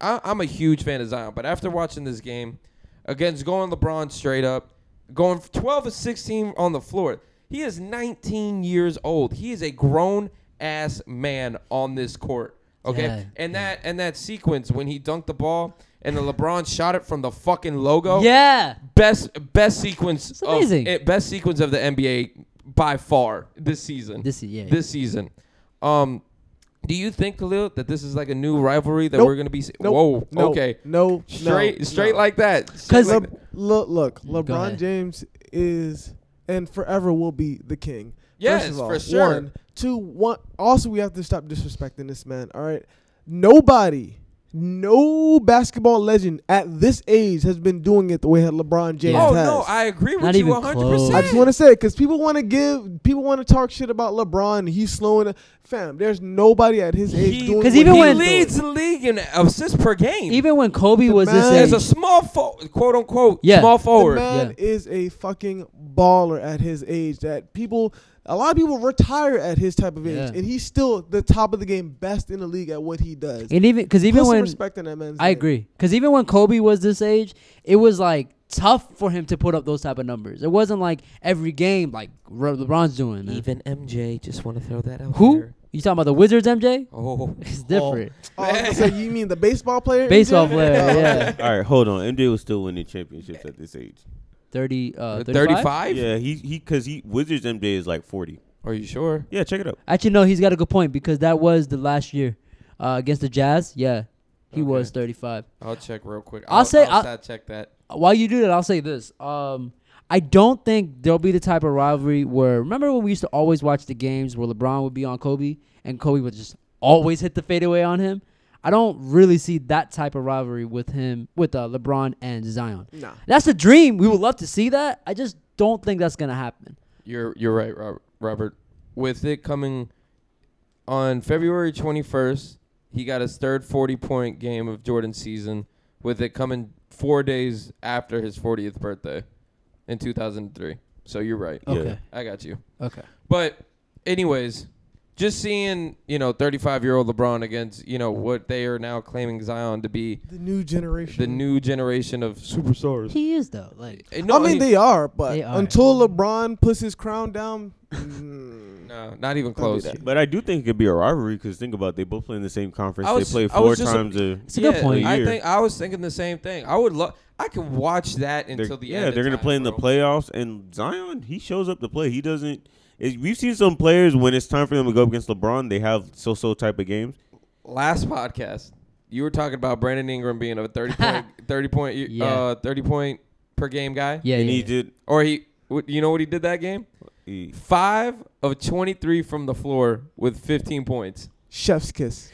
I, I'm a huge fan of Zion, but after watching this game against going LeBron straight up, going 12 to 16 on the floor, he is 19 years old. He is a grown ass man on this court. Okay, Yeah, and that and that sequence when he dunked the ball and the LeBron shot it from the fucking logo. yeah. Best best sequence It's amazing. of eh, best sequence of the NBA by far this season This is yeah. this season. Um, do you think, Khalil, that this is like a new rivalry that Nope. we're gonna be? See- Nope. Whoa, No, okay, No. straight, no, straight no. like that. Straight 'Cause like Le- that. look, look, Go LeBron ahead. James is and forever will be the king. Yes, of all, for sure. One, two, one. Also, we have to stop disrespecting this man. All right, nobody, no basketball legend at this age has been doing it the way that LeBron James oh has. no, I agree with Not you even 100. I percent just want to say because people want to give, people want to talk shit about LeBron. and He's slowing. Fam, there's nobody at his age doing. Because what even he he's when- doing. leads the league in assists per game, Even when Kobe The was man- as this a age, small fo- quote unquote Yeah. small The forward. man is a fucking baller at his age. That people, a lot of people retire at his type of age, Yeah. and he's still the top of the game, best in the league at what he does. and even because Put even some when respect in that man's I name. agree, because even when Kobe was this age, it was like tough for him to put up those type of numbers. It wasn't like every game like Re- LeBron's doing. Man. Even MJ, just want to throw that out. Who there. you talking about? The Wizards, MJ? Oh, It's different. Oh, I was gonna say, you mean the baseball player? in Baseball jail? player, Oh, okay. yeah. All right, hold on. MJ was still winning championships at this age. Thirty. Uh, 35? 35? Yeah, he he because he Wizards MJ is like forty. Are you sure? Yeah, check it out. Actually, no, he's got a good point because that was the last year uh, against the Jazz. Yeah, he Okay. was 35. I'll check real quick. I'll say- I'll, I'll- stat check that. While you do that, I'll say this. Um, I don't think there'll be the type of rivalry where remember when we used to always watch the games where LeBron would be on Kobe and Kobe would just always hit the fadeaway on him. I don't really see that type of rivalry with him with uh, LeBron and Zion. Nah. That's a dream. We would love to see that. I just don't think that's gonna happen. You're you're right, Robert. Robert. With it coming on February 21st, he got his third 40-point game of Jordan's season. With it coming four days after his 40th birthday in 2003. So you're right. Yeah. Okay. I got you. Okay. But anyways, just seeing you know 35-year-old LeBron against you know what they are now claiming Zion to be The new generation. the new generation of superstars. He is though. Like Eh, I mean, he- they are, but They are. until LeBron puts his crown down, mm, no, not even Don't do close. that. But I do think it could be a rivalry because think about it, they both play in the same conference. I They was- play I four was just- times a. It's a good point. A I year. think I was thinking the same thing. I would love. I could watch that They're, until the end. yeah, of they're gonna time, play in the bro. playoffs, and Zion he shows up to play. He doesn't. It, we've seen some players when it's time for them to go up against LeBron, they have so-so type of games. Last podcast, you were talking about Brandon Ingram being a thirty point, thirty point, Yeah. uh, thirty point per game guy. yeah, and yeah, he yeah. did. Or he, what- you know what he did that game? He, Five of twenty three from the floor with fifteen points. chef's kiss.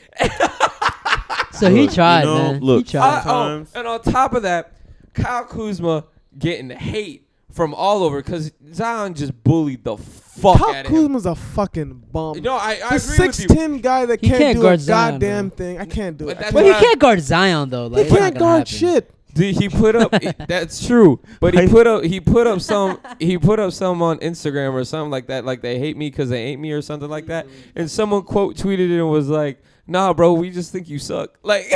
So he Look, you tried, know, man. look, he tried. Uh, oh, Sometimes. and on top of that, Kyle Kuzma getting hate from all over because Zion just bullied the fuck Kyle out of him. Kuzma's a fucking bum. No, I, I the agree six with you. ten guy that He can't, can't do a guard Zion, goddamn bro. thing. I can't do But it. that's I but can't- he why- can't guard Zion though. Like, he it's not can't gonna guard happen. shit. Dude, he put up. that's true, but he I- put up. He put up some. He put up some on Instagram or something like that. Like they hate me because they hate me or something like Mm. that. And someone quote tweeted it and was like, "Nah, bro, we just think you suck." Like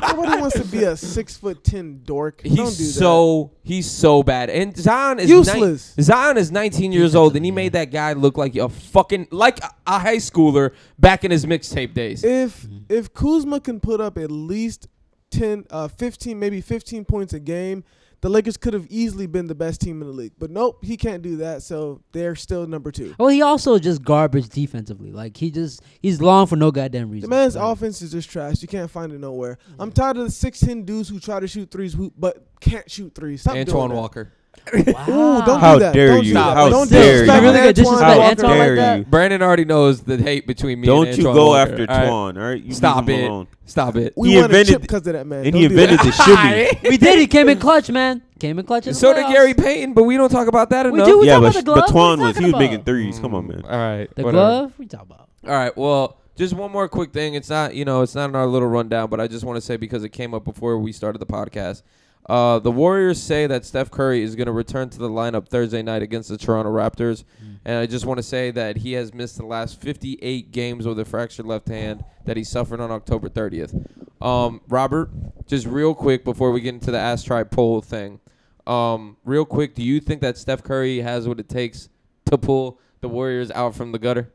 Nobody wants to be a six foot ten dork. Don't do that. he's so he's so bad. And Zion is Useless. Ni- Zion is 19 years old, and he made that guy look like a fucking like a, a high schooler back in his mixtape days. if if Kuzma can put up at least 10 uh 15 maybe 15 points a game the Lakers could have easily been the best team in the league but nope he can't do that so they're still number 2 Well, he also just garbage defensively. Like he just he's long for no goddamn the reason. man's Like, offense is just trash. You can't find it nowhere. I'm tired of the 6'10 dudes who try to shoot threes who, but can't shoot threes. Stop doing Antoine that. Walker. Wow. Ooh, don't How do that. dare don't you. Do that. How don't dare disrespect you. You really gonna Antoine disrespect Walker Antoine dare like that? you. Brandon already knows the hate between me. Don't and you Antoine go Walker, after all right? Twan, all right? You leave him Stop it. alone. Stop it. We He won a chip invented- because of that man. And Don't he do that. invented the shimmy. we did. He came in clutch, man. Came in clutch. In the So did playoffs. Gary Payton, but we don't talk about that We enough. do. We yeah, talking but, about the glove. but What are Twan we was, he talking was about? making threes. Come on, man. All right. The whatever. glove. We talking about. All right. Well, just one more quick thing. It's not, you know, it's not in our little rundown, but I just want to say because it came up before we started the podcast. Uh, the Warriors say that Steph Curry is going to return to the lineup Thursday night against the Toronto Raptors. And I just want to say that he has missed the last 58 games with a fractured left hand that he suffered on October 30th. Um, Robert, just real quick before we get into the Ask Tribe poll thing, um, real quick, do you think that Steph Curry has what it takes to pull the Warriors out from the gutter?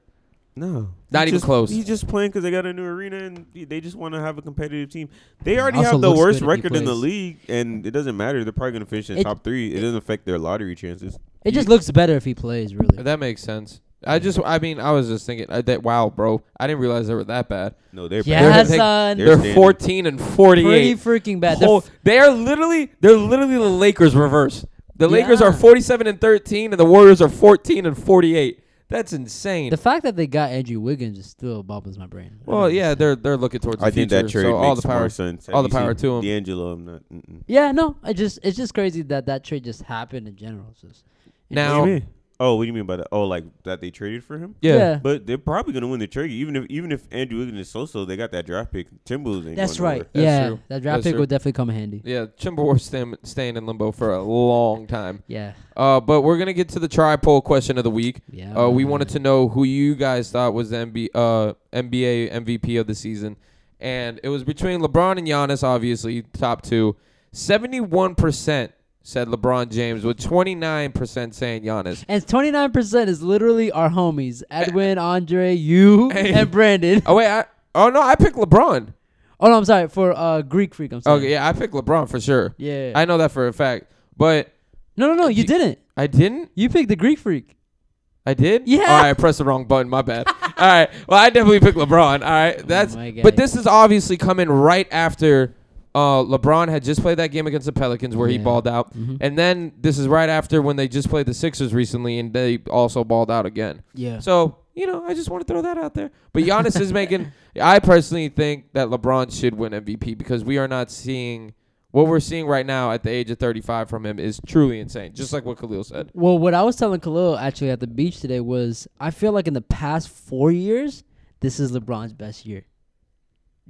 No, Not He even just- close. He's just playing because they got a new arena and he- they just want to have a competitive team. They already Also have the looks worst good if he record in the plays. league, and it doesn't matter. They're probably gonna finish in It- top three. It, doesn't affect their lottery chances. It just looks better if he plays. Really. That makes sense. I just, I mean, I was just thinking uh, that. Wow, bro, I didn't realize they were that bad. No, they're Yeah, bad. They're- son. they're They're, standing. 14 and Pretty 48. freaking bad. They're Whole, f- they are literally, they're literally the Lakers reverse. The Lakers are Yeah. 47 and 13, and the Warriors are 14 and 48. That's insane. the fact that they got Andrew Wiggins is still boggles my brain. I well, don't yeah, understand. they're they're looking towards the I think future. that trade so makes all the power. more sense. Have all the you seen power to 'em. D'Angelo, I'm not. Mm-mm. Yeah, no, I just it's just crazy that that trade just happened in general. It's just- What Now, do you mean? Oh, what do you mean by that? Oh, like that they traded for him? yeah. But they're probably gonna win the trade, even if even if Andrew Wiggins is so-so. They got that draft pick. Timberwolves. Ain't that's going right. nowhere. That's yeah, true. that That's draft pick true. will definitely come in handy. Yeah, Timberwolves staying, staying in limbo for a long time. Yeah, Uh, but we're gonna get to the tri poll question of the week. yeah. Uh, we man. wanted to know who you guys thought was the MB, uh, NBA MVP of the season, and it was between LeBron and Giannis, obviously top two. Seventy-one percent said LeBron James, with twenty-nine percent saying Giannis. And twenty nine percent is literally our homies Edwin, Andre, you, Hey. and Brandon. Oh wait, I, oh no, I picked LeBron. Oh no, I'm sorry for uh Greek freak. I'm sorry. Okay, yeah, I picked LeBron for sure. yeah. I know that for a fact, but no, no, no, you You- didn't. I didn't. You picked the Greek freak. I did. Yeah. All right, I pressed the wrong button. My bad. all right. Well, I definitely picked LeBron. All right. That's. Oh Oh my but God. this is obviously coming right after uh, LeBron had just played that game against the Pelicans where he Yeah. balled out, Mhm. and then this is right after when they just played the Sixers recently and they also balled out again. Yeah. So you know, I just want to throw that out there. But Giannis is making. I personally think that LeBron should win MVP because we are not seeing. What we're seeing right now at the age of 35 from him is truly insane, just like what Khalil said. Well, what I was telling Khalil actually at the beach today was I feel like in the past four years, this is LeBron's best year.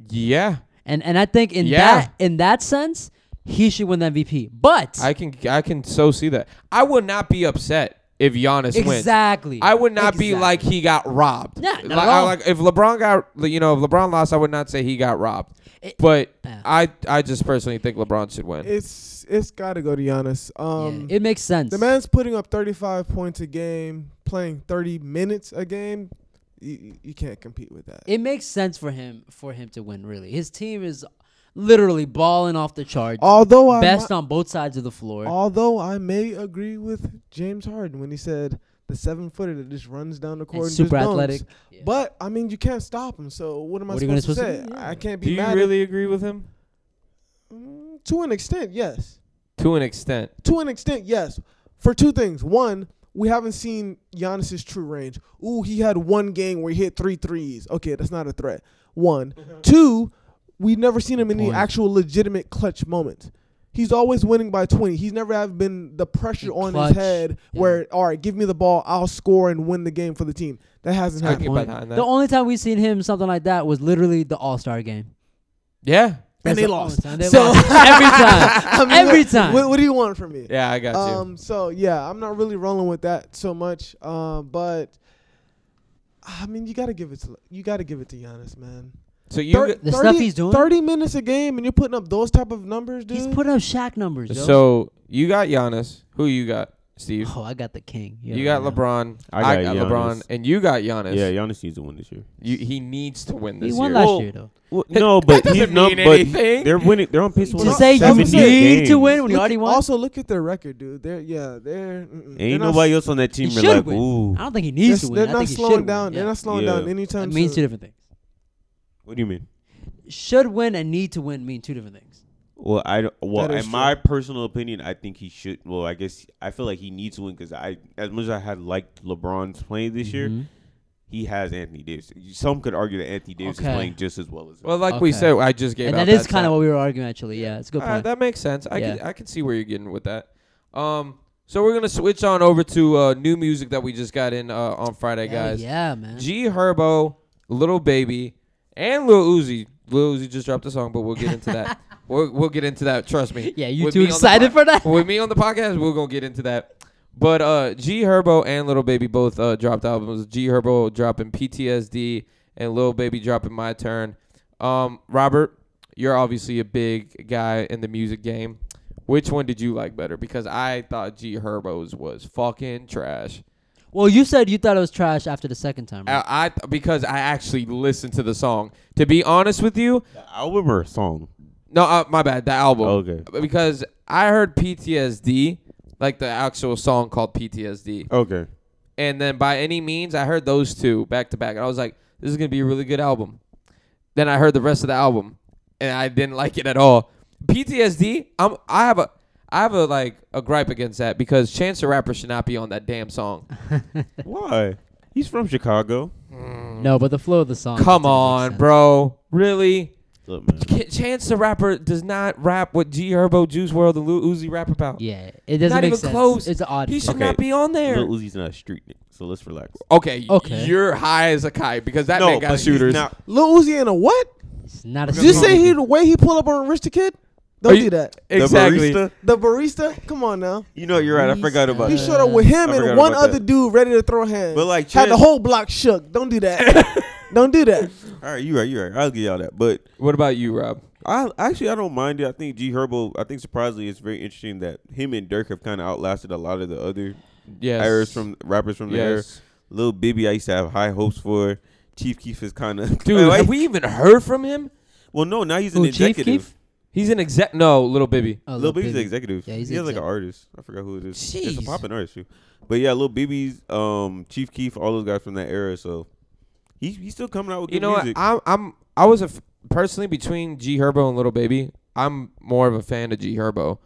Yeah, And and I think in Yeah. that in that sense, he should win the MVP. But I can I can so see that. I would not be upset if Giannis wins. exactly, I would not be Exactly. like he got robbed. Yeah, not at like, I- all. like, if LeBron got you know if LeBron lost, I would not say he got robbed. It- but Yeah. I I just personally think LeBron should win. It's it's gotta go to Giannis. Yeah, Um, it makes sense. the man's putting up 35 points a game, playing 30 minutes a game. You, you can't compete with that. it makes sense for him for him to win. Really, his team is literally balling off the charts. although I best mi- on both sides of the floor. although I may agree with James Harden when he said the seven footer that just runs down the court and, super just dunks. athletic. Yeah. But I mean, you can't stop him. So what am I What are you supposed, gonna to say? supposed to do? I I can't be Do you mad. at- really agree with him? Mm, to an extent, yes. To an extent. to an extent, yes. For two things. One, we haven't seen Giannis's true range. Ooh, he had one game where he hit three threes. Okay, that's not a threat. One. Two, we've never seen him in any Point. actual legitimate clutch moments. He's always winning by 20. He's never have been the pressure on Clutch, his head yeah. where, all right, give me the ball, I'll score and win the game for the team. That hasn't I happened. can get Point. behind the that. only time we've seen him something like that was literally the All Star game. Yeah. And That's they the only lost. time they So- lost. every time, I mean, every what- time. What, what do you want from me? Yeah, I got you. Um, so yeah, I'm not really rolling with that so much. Um, but I mean, you gotta give it to you gotta give it to Giannis, man. So you Thir- g- The stuff he's doing? thirty minutes a game, and you're putting up those type of numbers, dude. He's putting up Shaq numbers. Yo. so you got Giannis. Who you got, Steve? oh, I got the king. you got LeBron. LeBron. I got LeBron, Giannis. and you got Giannis. Yeah, Giannis needs to win this year. You, he needs to win He this won year. last Well, year though. Well, no, but doesn't he's not. mean But anything. they're winning. They're on pace to To win. To Well, like say you 70 need games. to win when you Look already at- won. Also, look at their record, dude. They're yeah, they're mm-mm. They're Ain't not nobody s- else on that team. He You're should like, win. ooh. I don't think he They're, needs s- to they're win. I not think he should slowing win. down. They're Yeah. not slowing Yeah. down anytime That means two soon. different things. What do you mean? Should win and need to win mean two different things. Well, I don't- well, That is in my personal opinion, I think he should. Well, I guess I feel like he needs to win because I, as much as I had liked LeBron's play this year, Mhm. he has Anthony Davis. Some could argue that Anthony Davis Okay. is playing just as well as him. Well, like we Okay. said, I just gave. and out that is that kind stat. of what we were arguing actually. Yeah, it's a good All right, point. that makes sense. I can Yeah. I can see where you're getting with that. Um, so we're gonna switch on over to uh, new music that we just got in uh, on Friday, Hell guys. yeah, man. G Herbo, Little Baby, and Lil Uzi. Lil Uzi just dropped a song, but we'll get into that. we'll, we'll get into that. Trust me. yeah, you With too me on the excited pod- for that? With me on the podcast, we're gonna get into that. But uh, G Herbo and Little Baby both uh, dropped albums. G Herbo dropping PTSD and Lil Baby dropping My Turn. Um, Robert, you're obviously a big guy in the music game. Which one did you like better? Because I thought G Herbo's was fucking trash. Well, you said you thought it was trash after the second time. Right? Uh, I, I because I actually listened to the song. To be honest with you, the album or song? no, uh, my bad. The album. Okay. Because I heard PTSD, like the actual song called PTSD, Okay. and then by any means, I heard those two back to back, and I was like, this is gonna be a really good album. Then I heard the rest of the album, and I didn't like it at all. PTSD. I'm. I have a. I have a like a gripe against that because Chance the Rapper should not be on that damn song. Why? He's from Chicago. no, but the flow of the song. Come didn't Oh, make on, sense. bro. Really? Look, man. K- Chance the Rapper does not rap what G Herbo, Juice World, and Lil Uzi rap about. Yeah, it doesn't Not make even sense. close. It's an odd. He should Okay. not be on there. Lil Uzi's not a street nigga, so let's relax. Okay, Okay. you're high as a kite because that man got but shooters. He's not, Lil Uzi in a what? It's not a. Did you street say he nigga. the way he pulled up on Rich the Kid? Don't Are you- do that. exactly. The barista. The barista? Come on now. You know, you're right. I forgot about He that. showed up with him I and forgot one about other that. dude ready to throw hands. But like, had the Chance- whole block shook. Don't do that. Don't do that. all right, you're right. You're right. I'll give y'all that. But What about you, Rob? I actually I don't mind it. I think G Herbo. I think surprisingly, it's very interesting that him and Dirk have kind of outlasted a lot of the other Yes. errors from rappers from the era. Yes. Lil Bibby, I used to have high hopes for. Chief Keef is kind of Dude, have we even heard from him? Well, no, now he's an Who, Chief executive. Keef? He's an exec. No, little Bibby. Oh, Lil Lil Baby's the Baby. executive. Yeah, he's he's he the has like an exec- artist. I forgot who it is. He's a Jeez. popping artist. too. But yeah, Lil Baby's, um, Chief Keef, all those guys from that era. So he, he's still coming out with You good know what? music. I'm. I'm. I was a f- personally between G Herbo and Little Baby. I'm more of a fan of G Herbo.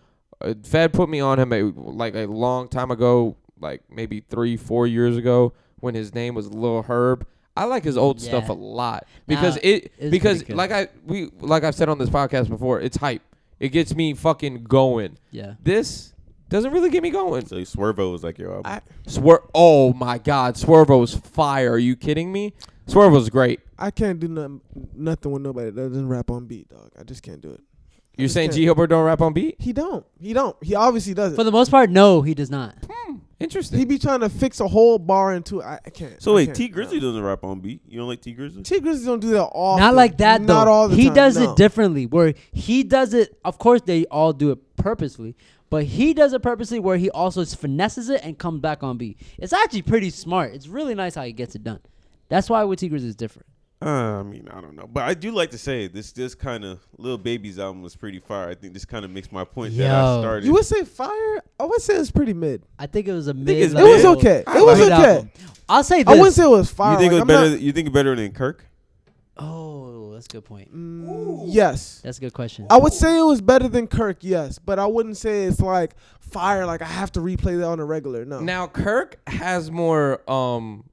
Uh, Fed put me on him a, like a long time ago, like maybe three, four years ago, when his name was Lil Herb. I like his old stuff Yeah. a lot because Nah, it it's because pretty good. like I we like I've said on this podcast before, it's hype. It gets me fucking going. Yeah. This doesn't really get me going. so Swervo was like, yo, I, I- Swer- oh my god, Swervo's fire. Are you kidding me? Swervo's great. I can't do nothing, nothing with nobody that doesn't rap on beat, dog. I just can't do it. You're just saying can't. G Herbo don't rap on beat? He don't. He don't. He obviously doesn't. For the most part, no, he does not. Interesting. he be trying to fix a whole bar into it. I, I can't. so I wait, can't. T Grizzly No. doesn't rap on beat. You don't like T Grizzly? T Grizzly don't do that all. Not like that though. Not all the he time, does no. it differently. Where he does it, of course, they all do it purposely, but he does it purposely where he also s- finesses it and comes back on beat. It's actually pretty smart. It's really nice how he gets it done. That's why with Tigers is different. Uh, I mean, I don't know, but I do like to say this. This kind of Lil Baby's album was pretty fire. I think this kind of makes my point that I Yo. started. You would say fire? I would say it's pretty mid. I think it was a think mid. it's mid. It was okay. It was okay. I'll say this. I wouldn't say it was fire. You think it like, was I'm better? not- you think it better than Kirk? oh, that's a good point. Mm, yes. That's a good question. I would say it was better than Kirk, yes, but I wouldn't say it's like fire. Like I have to replay that on a regular. No, Now Kirk has more um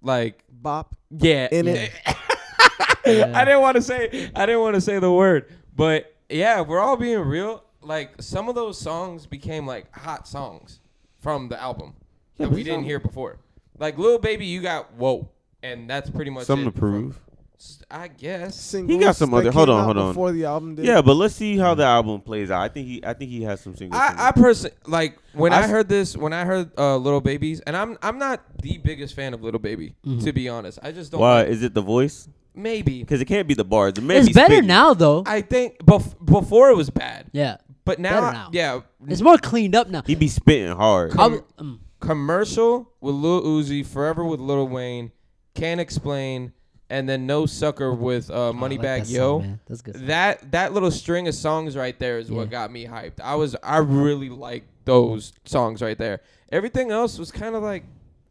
like bop yeah. in it. I didn't want to say I didn't want to say the word, but yeah, if we're all being real. Like some of those songs became like hot songs from the album that we didn't hear before. Like Lil Baby, you got whoa, and that's pretty much Something to it from- prove. s- I guess. Singles got some that other- came hold on, out hold on. Before the album did. Yeah, but let's see how the album plays out. I think he, I think he has some singles. coming. I, I personally like when I, I- heard this when I heard uh, Little Babies, and I'm I'm not the biggest fan of Little Baby to be honest. I just don't. Mm-hmm. Why like- is it the voice? maybe Because it can't be the bars. It may it's be better spitting. now though. I think bef- before it was bad, yeah, but now, Better now. yeah, it's more cleaned up now. He be spitting hard. I w- mm. commercial with Lil Uzi, Forever with Lil Wayne, Can't Explain, and then No Sucker with uh, Oh, I like Moneybag that song, Yo. man. That's good. song. that that little string of songs right there is what Yeah. got me hyped. I was I really liked those songs right there. Everything else was kind of like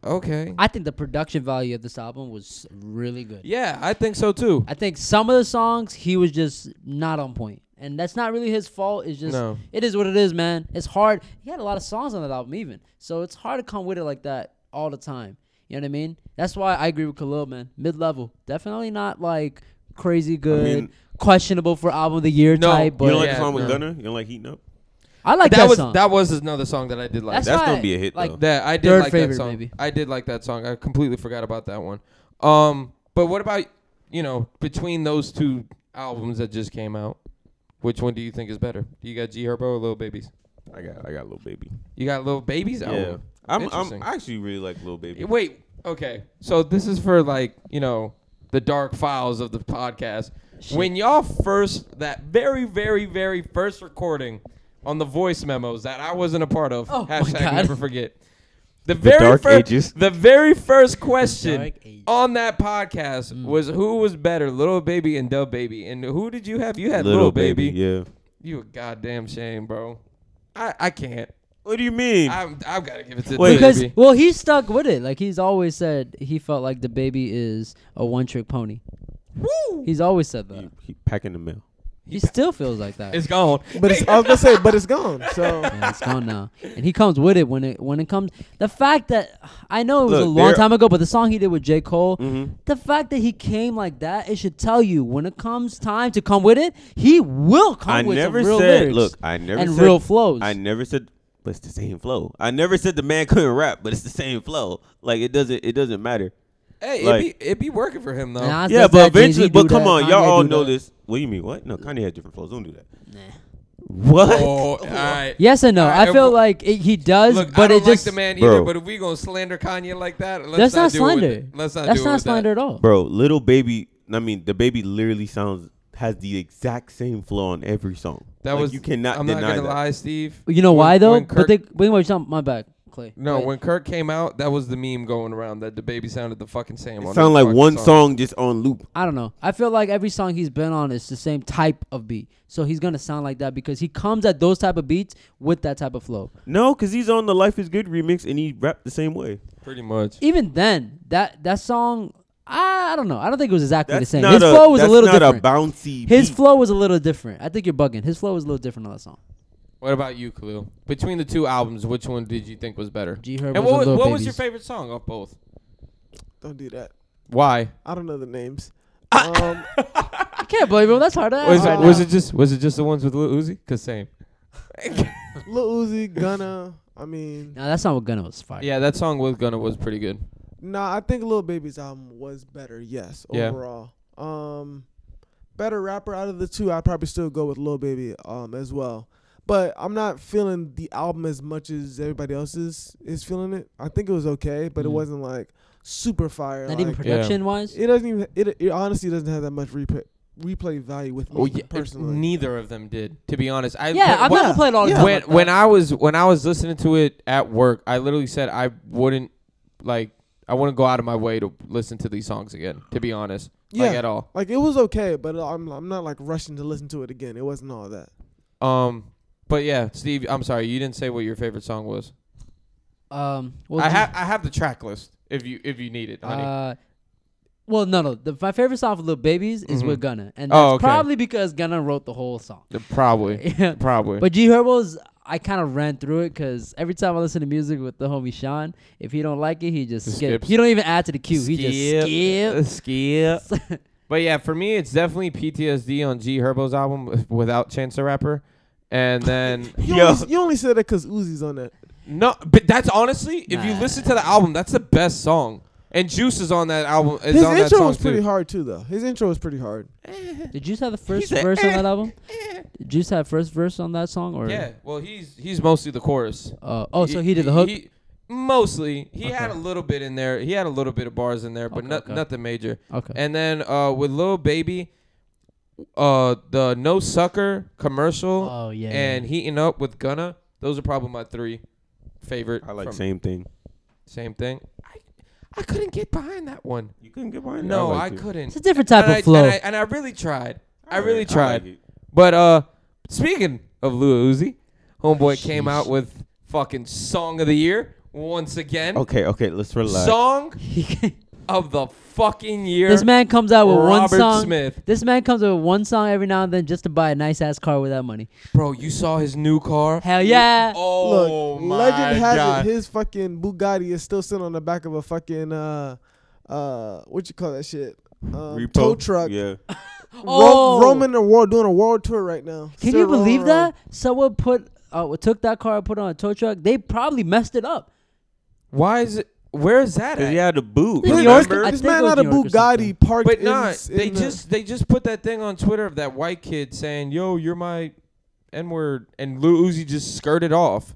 okay. I think the production value of this album was really good. yeah, I think so too. I think some of the songs he was just not on point, and that's not really his fault. It's just No. it is what it is, man. It's hard. He had a lot of songs on that album, even so, it's hard to come with it like that all the time. You know what I mean? That's why I agree with Khalil, man. Mid level, definitely not like crazy good, mean- questionable for album of the year No, type. you But you don't like Yeah, the song with no. Gunner? You don't like Heating Up? I like that, that, was song. that was another song that I did like. That's That's why- gonna be a hit like, though. that I did Third like favorite, that song. maybe. I did like that song. I completely forgot about that one. Um, but what about you know between those two albums that just came out, which one do you think is better? You got G Herbo or Lil Babies? I got I got Lil Baby. You got Lil Babies album. Yeah, I'm, I'm Oh, Interesting. I actually really like Lil Baby. Wait, okay. So this is for like, you know, the dark files of the podcast. Shit. When y'all first that very, very, very first recording on the voice memos that I wasn't a part of, Oh my hashtag God. never forget. The very dark first ages. the very first The question dark ages. Mm. on that podcast was who was better, Little Baby and Dub Baby? And who did you have? You had Little, Baby. Yeah. You a goddamn shame, bro. I, I can't. What do you mean? I'm, I've got to give it to Wait. Lil because Baby. well, he stuck with it. Like he's always said, he felt like the baby is a one trick pony. Woo! He's always said that. he, he packing the mail. He still feels like that. It's gone. But it's, I was gonna say, but it's gone. So Yeah, it's gone now, and he comes with it when it when it comes. The fact that I know it was a Look, long there- time ago, but the song he did with J Cole, Mhm. the fact that he came like that, it should tell you when it comes time to come with it, he will come I with never some real said. lyrics Look, I never and said. real flows. I never said. But it's the same flow. I never said the man couldn't rap, but it's the same flow. Like it doesn't. It doesn't matter. Hey, Like- it be it be working for him though. Nas yeah, does but that, Jay-Z eventually. do But come that, on, Kanye y'all all do know that. this. What do you mean? What? No, Kanye had different flows. Don't do that. Nah. What? Oh, all right. Yes and no. All right, I feel well, like it, he does, Look, but I don't it just like the man Bro. either. But if we gonna slander Kanye like that, let's that's not, not do it with- slander. Let's not. That's do it not with that. slander at all. Bro, little baby. I mean, the baby literally sounds has the exact same flow on every song. That Like, was you cannot I'm deny not gonna that. lie, Steve. You know When- why though? when but Kirk- they, wait, wait, something. My back, Clay. no, Wait. when Kirk came out, that was the meme going around that the baby sounded the fucking same. It on sounds every like fucking one song just on loop. I don't know. I feel like every song he's been on is the same type of beat, so he's gonna sound like that because he comes at those type of beats with that type of flow. No, because he's on the Life Is Good remix and he rapped the same way. Pretty much. Even then, that that song, I, I don't know. I don't think it was exactly the That's same. not His a, flow was a that's little not different. a bouncy. His beat. flow was a little different. I think you're bugging. His flow was a little different on that song. What about you, Khalil? Between the two albums, which one did you think was better? G Herbo's and and what, was, Lil what was Baby's. your favorite song off both? don't do that. Why? I don't know the names. Um, I can't blame him. That's hard. to Was, ask right it, now. was it just was it just the ones with Lil Uzi? Cause same. Lil Uzi, Gunna. I mean, No, that song with Gunna was fire. yeah, that song with Gunna was pretty good. nah. I think Lil Baby's album was better. Yes, Yeah. overall. Um, better rapper out of the two, I'd probably still go with Lil Baby. Um, as well. But I'm not feeling the album as much as everybody else is is feeling it. I think it was okay, but it Mhm. wasn't like super fire. Not like- even production wise. It doesn't even. It, it honestly doesn't have that much replay replay value with me Oh, yeah, personally. Neither of them did, to be honest. I, Yeah, I'm when, not gonna play it all the Yeah. time. when, like that. when I was when I was listening to it at work, I literally said I wouldn't like I wouldn't go out of my way to listen to these songs again, to be honest. Like Yeah. at all. like it was okay, but I'm I'm not like rushing to listen to it again. It wasn't all that. Um but yeah, Steve, I'm sorry, you didn't say what your favorite song was. um, well, I G- have I have the track list if you if you need it, honey. Uh, well, no, no. The, my favorite song for Lil Babies is with Gunna, and that's Oh, okay. probably because Gunna wrote the whole song. Uh, Probably. Yeah. Probably. But G Herbo's, I kind of ran through it because every time I listen to music with the homie Sean, if he don't like it, he just Just skips. skips. He don't even add to the queue. He just Skip. skips. But yeah, for me, it's definitely PTSD on G Herbo's album without Chance the Rapper, and then You, Yo. Only, you only said that 'cause Uzi's on that. no, but that's honestly, if you Nah. listen to the album, that's the best song. And Juice is on that album. Is His on that intro song was pretty too. hard too, though. His intro was pretty hard. Did Juice have the first said, verse on "Eh, that album? Did Juice have first verse on that song or? Yeah, well, he's he's mostly the chorus. Uh, oh, so he did the hook. he- mostly, he had a Okay. little bit in there. He had a little bit of bars in there, but Okay, no, okay. nothing major. okay. And then uh, with Lil Baby, uh, the No Sucker commercial oh yeah. yeah. and Heating Up with Gunna, those are probably my three favorite. I like from- same thing. Same thing. I, I couldn't get behind that one. You couldn't get behind. No, I, liked it. couldn't. it's a different type and of I, flow. And I, and I really tried. I really like- tried. I like it. but uh, speaking of Lil Uzi, homeboy came Sheesh. out with fucking song of the year once again. Okay, okay, let's relax. Song of the fucking year. This man comes out with one Robert song. Smith. This man comes out with one song every now and then just to buy a nice ass car with that money. Bro, you saw his new car? Hell yeah. Oh Look, my legend has God. it his fucking Bugatti is still sitting on the back of a fucking uh uh what you call that shit? Um, Repo. tow truck. Yeah. Ro- Oh. roaming the world, doing a world tour right now. Can Still you roaming believe around. that? Someone put uh, took that car, put it on a tow truck. They probably messed it up. Why is it? Where is that Cause at? he had a boot. New This, York- remember? I this think it man was had a New York or Bugatti parked. But in, not. s- They in the- just they just put that thing on Twitter of that white kid saying, "Yo, you're my n word," and Lil Uzi just skirted off.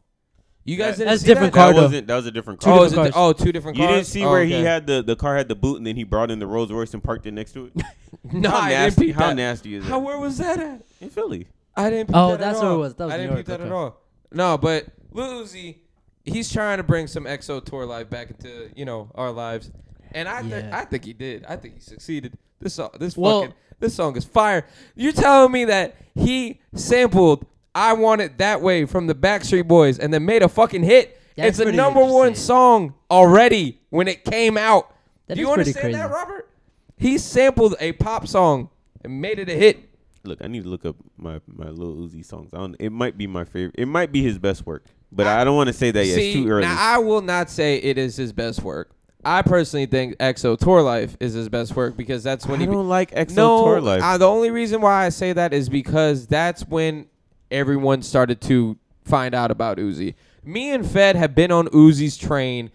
You guys That- didn't That's see different that? That Ricardo. wasn't. That was a different oh, car. is it different di- oh, two different you cars. didn't see Oh, where he okay. had the the car had the boot, and then he brought in the Rolls Royce and parked it next to it. No, how I didn't nasty! peep How that. nasty is that? How where was that at? In Philly. I didn't. Peep Oh, that that's at where it all. was. That was I New didn't peep York, that at okay. all. No, but Lil Uzi, he's trying to bring some EXO tour life back into you know our lives, and I thi- Yeah. I think he did. I think he succeeded. This song, this Well- fucking this song is fire. You're telling me that he sampled "I Want It That Way" from the Backstreet Boys and then made a fucking hit. That's it's a pretty number one interesting. song already when it came out. That is Do you pretty understand that, crazy. Robert? He sampled a pop song and made it a hit. Look, I need to look up my my little Uzi songs. I don't, it might be my favorite. It might be his best work, but I, don't want to say that yet. it's See, too early. now I will not say it is his best work. I personally think EXO Tour Life is his best work because that's when I he. don't like EXO no, tour life. I, the only reason why I say that is because that's when everyone started to find out about Uzi. Me and Fed have been on Uzi's train.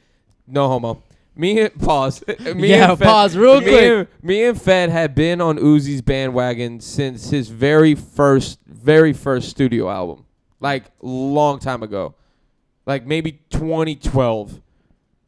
No homo. Me and pause. Me Yeah, and Fed, pause real me quick. and- me and Fed have been on Uzi's bandwagon since his very first, very first studio album, like long time ago, like maybe 2012.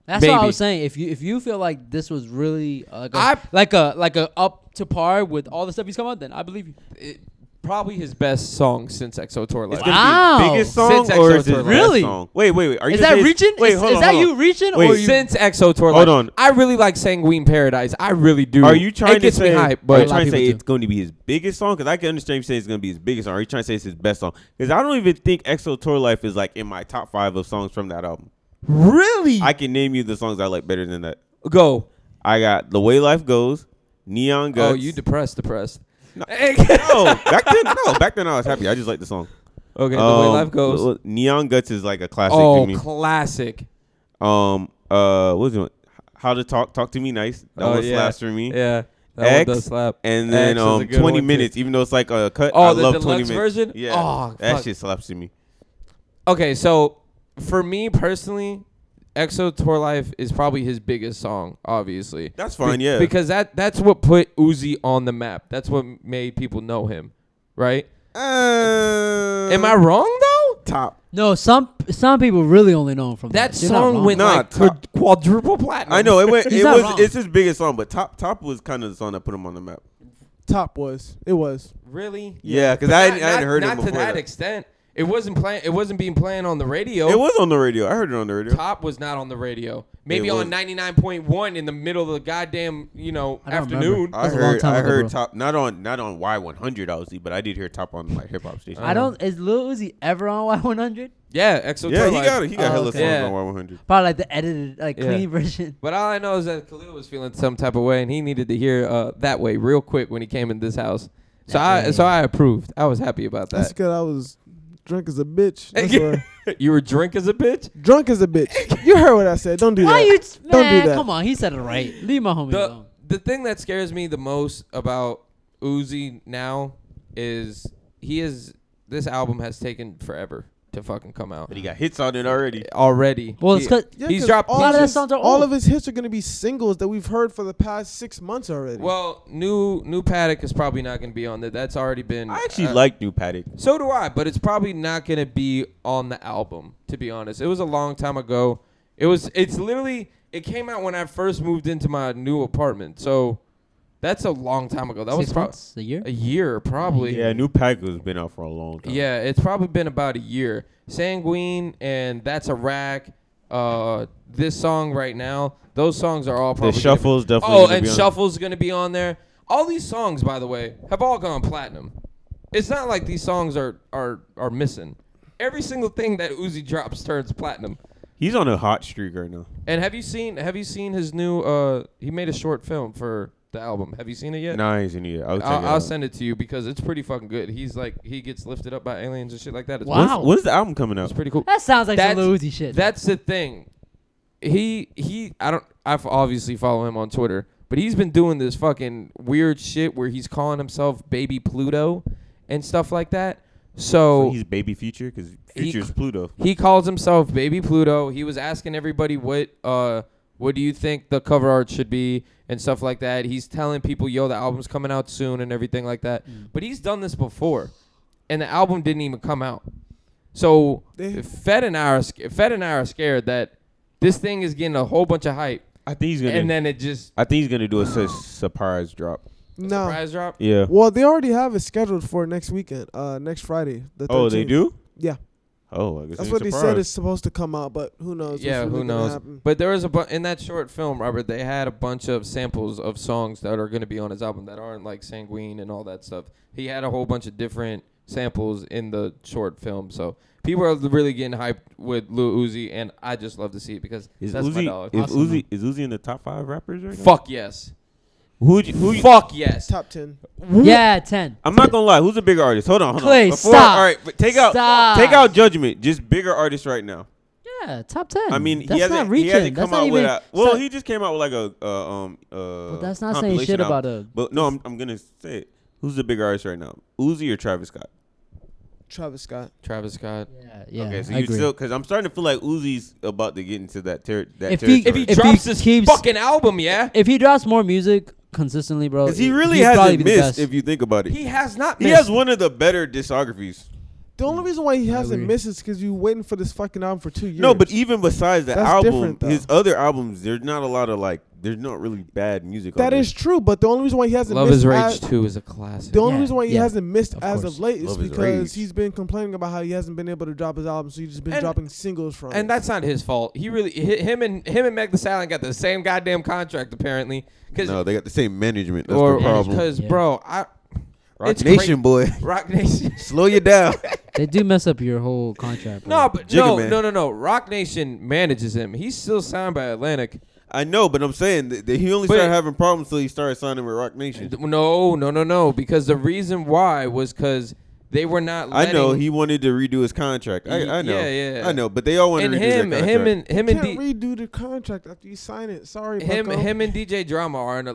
That's what I Maybe. was saying. If you if you feel like this was really uh, like a, I- like a like a up to par with all the stuff he's come out, then I believe you. It, probably his best song since EXO Tour Life. It's gonna be his Wow. biggest song Since or EXO is his tour life. last Really? song? Wait, wait, wait. Are you Is that saying- reaching? Wait, is hold is on, that hold you on. reaching Wait, or you? since EXO Tour Hold Life. on. I really like Sanguine Paradise. I really do. Are you trying it gets to me say? hype, are you but lot trying to of say people it's going to be his biggest song? Because I can understand you saying it's going to be his biggest song. Are you trying to say it's his best song? Because I don't even think EXO Tour Life is like in my top five of songs from that album. really I can name you the songs I like better than that. go. I got The Way Life Goes, Neon Guts. Oh, you depressed, depressed. No. okay, no, back then, no, back then I was happy. I just liked the song. the way Um, life goes. L- Neon Guts is like a classic oh, to me. classic. um, uh, what's it? one? How to talk, talk to me nice. That Oh, one yeah. slaps for me. Yeah, that X, one does slap. And X then is a um, good 20 one, too. minutes, even though it's like a cut. Oh, I the love 20 deluxe minutes. version? Yeah. Oh, that fuck. shit slaps to me. Okay, so for me personally, EXO Tour Life is probably his biggest song, obviously. That's fine, yeah. Because that that's what put Uzi on the map. That's what made people know him, right? Uh, Am I wrong though? top? no, some some people really only know him from That that. You're not song wrong. went Nah, like top- quad- quadruple platinum. I know it went. He's it not was. wrong. It's his biggest song, but top top was kind of the song that put him on the map. top was it was. Really? Yeah, because But I not- hadn't, I hadn't not- heard not him to before. that that. extent. It wasn't playing. It wasn't being playing on the radio. It was on the radio. I heard it on the radio. Top was not on the radio. Maybe It on was. ninety nine point one in the middle of the goddamn you know I don't afternoon. remember. I That's a long heard. time I ago, heard bro. top. Not on. Not on Y one hundred obviously, but I did hear top on like hip hop station. I don't. Is Lil Uzi ever on Y100? Yeah, EXO. yeah, Tour he Life. got. He got Oh, hella okay. songs Yeah. on Y one hundred. Probably like the edited, like Yeah. clean version. But all I know is that Khalil was feeling some type of way, and he needed to hear uh, that way real quick when he came in this house. So I, Yeah. so I approved. I was happy about That's that. because I was drunk as a bitch. That's why. you were drink as a bitch. Drunk as a bitch. You heard what I said. Don't do Why that. you? t- Don't do Man, that. come on. He said it right. Leave my homie The alone. the thing that scares me the most about Uzi now is he is this album has taken forever to fucking come out But he got hits on it already. already. Well, it's He- 'cause- Yeah, he's 'cause dropped all A lot Peaches. of that his- songs are All old. of his hits are gonna be singles that we've heard for the past six months already. Well, new new Paddock is probably not gonna be on there. That's already been. I actually uh, like New Paddock. So do I, but it's probably not gonna be on the album. To be honest, it was a long time ago. It was. It's literally. It came out when I first moved into my new apartment. So, that's a long time ago. That Six was probably months, a year. a year, probably. Yeah, New Paddock has been out for a long time. Yeah, it's probably been about a year. Sanguine and That's a Rack. Uh, this song right now. Those songs are all The probably. gonna be- shuffle's definitely. oh, gonna and be on. Shuffle's gonna be on there. All these songs, by the way, have all gone platinum. It's not like these songs are are are missing. Every single thing that Uzi drops turns platinum. He's on a hot streak right now. And have you seen have you seen his new uh he made a short film for the album. Have you seen it yet? Nah, he's in here. I'll, check I'll, it I'll out. send it to you because it's pretty fucking good. He's like he gets lifted up by aliens and shit like that. It's Wow. When's, when's the album coming out? It's pretty cool. That sounds like That's- some Lil Uzi shit. That's the thing. He he I don't I f- obviously follow him on Twitter, but he's been doing this fucking weird shit where he's calling himself baby Pluto and stuff like that. So So, he's baby future because He- future's Pluto. he calls himself baby Pluto. He was asking everybody what uh what do you think the cover art should be and stuff like that. He's telling people, "Yo, the album's coming out soon" and everything like that. But he's done this before, and the album didn't even come out. So Damn. Fed and I are sc- Fed and I are scared that this thing is getting a whole bunch of hype, I think he's gonna. and then it just I think he's gonna do a su- surprise drop. No. surprise drop. Yeah. Well, they already have it scheduled for next weekend, uh, next Friday. The 13th. Oh, they do. Yeah. Oh, I guess That's ain't what they said surprised. is supposed to come out, but who knows? what's yeah, really who gonna knows? happen. But there was a bu- in that short film, Robert. They had a bunch of samples of songs that are going to be on his album that aren't like Sanguine and all that stuff. He had a whole bunch of different samples in the short film, so people are really getting hyped with Lil Uzi, and I just love to see it because Is that's my Uzi dog. is Awesome. Uzi is Uzi in the top five rappers right Fuck yes, now? Who? Who? you- fuck yes. Top 10. yeah, ten. I'm not gonna lie. Who's a bigger artist? Hold on, hold Clay, on. stop. All right, but take out Stop. take out judgment. Just bigger artists right now. Yeah, top ten. I mean, that's he hasn't not reaching. he hasn't come that's not out even, with a, well, so- he just came out with like a uh, um uh. But that's not saying compilation shit album. about a. But no, I'm I'm gonna say it. Who's the bigger artist right now? Uzi or Travis Scott? Travis Scott. Travis Scott. Yeah, yeah. okay, so I you agree. still because I'm starting to feel like Uzi's about to get into that ter- that If he- territory. If he If he drops this keeps- fucking album, yeah, if he drops more music consistently, bro, Because he really he's probably hasn't be the missed, best. if you think about it. he has not. He missed. has one of the better discographies. The Mm. only reason why he hasn't agree. missed is because you waiting for this fucking album for two years. No, but even besides the That's album, different, though. his other albums, there's not a lot of like, there's not really bad music. that is true. But the only reason why he hasn't Love missed is as- Rage Two is a classic. The only Yeah, reason why he yeah, hasn't missed of as course. of late is Love is rage. because he's been complaining about how he hasn't been able to drop his album, so he's just been And- dropping singles from. And it. that's not his fault. He really hi- him and him and Meg The Stallion got the same goddamn contract apparently. Cause No, they got the same management. That's or the problem. because Yeah. bro, I Rock it's Nation, boy, Rock Nation. slow you down. they do mess up your whole contract. Bro. no, but Jigga no, Man. no, no, no. Rock Nation manages him. He's still signed by Atlantic. I know, but I'm saying that, that he only But- started having problems till he started signing with Rock Nation. No, no, no, no. Because the reason why was because they were not. Letting, I know he wanted to redo his contract. I, I know. Yeah, yeah. I know, but they all wanted and to redo their him, contract. him, and him you and can't D, redo the contract after you sign it. Sorry, him, Bucko. him and DJ Drama are in a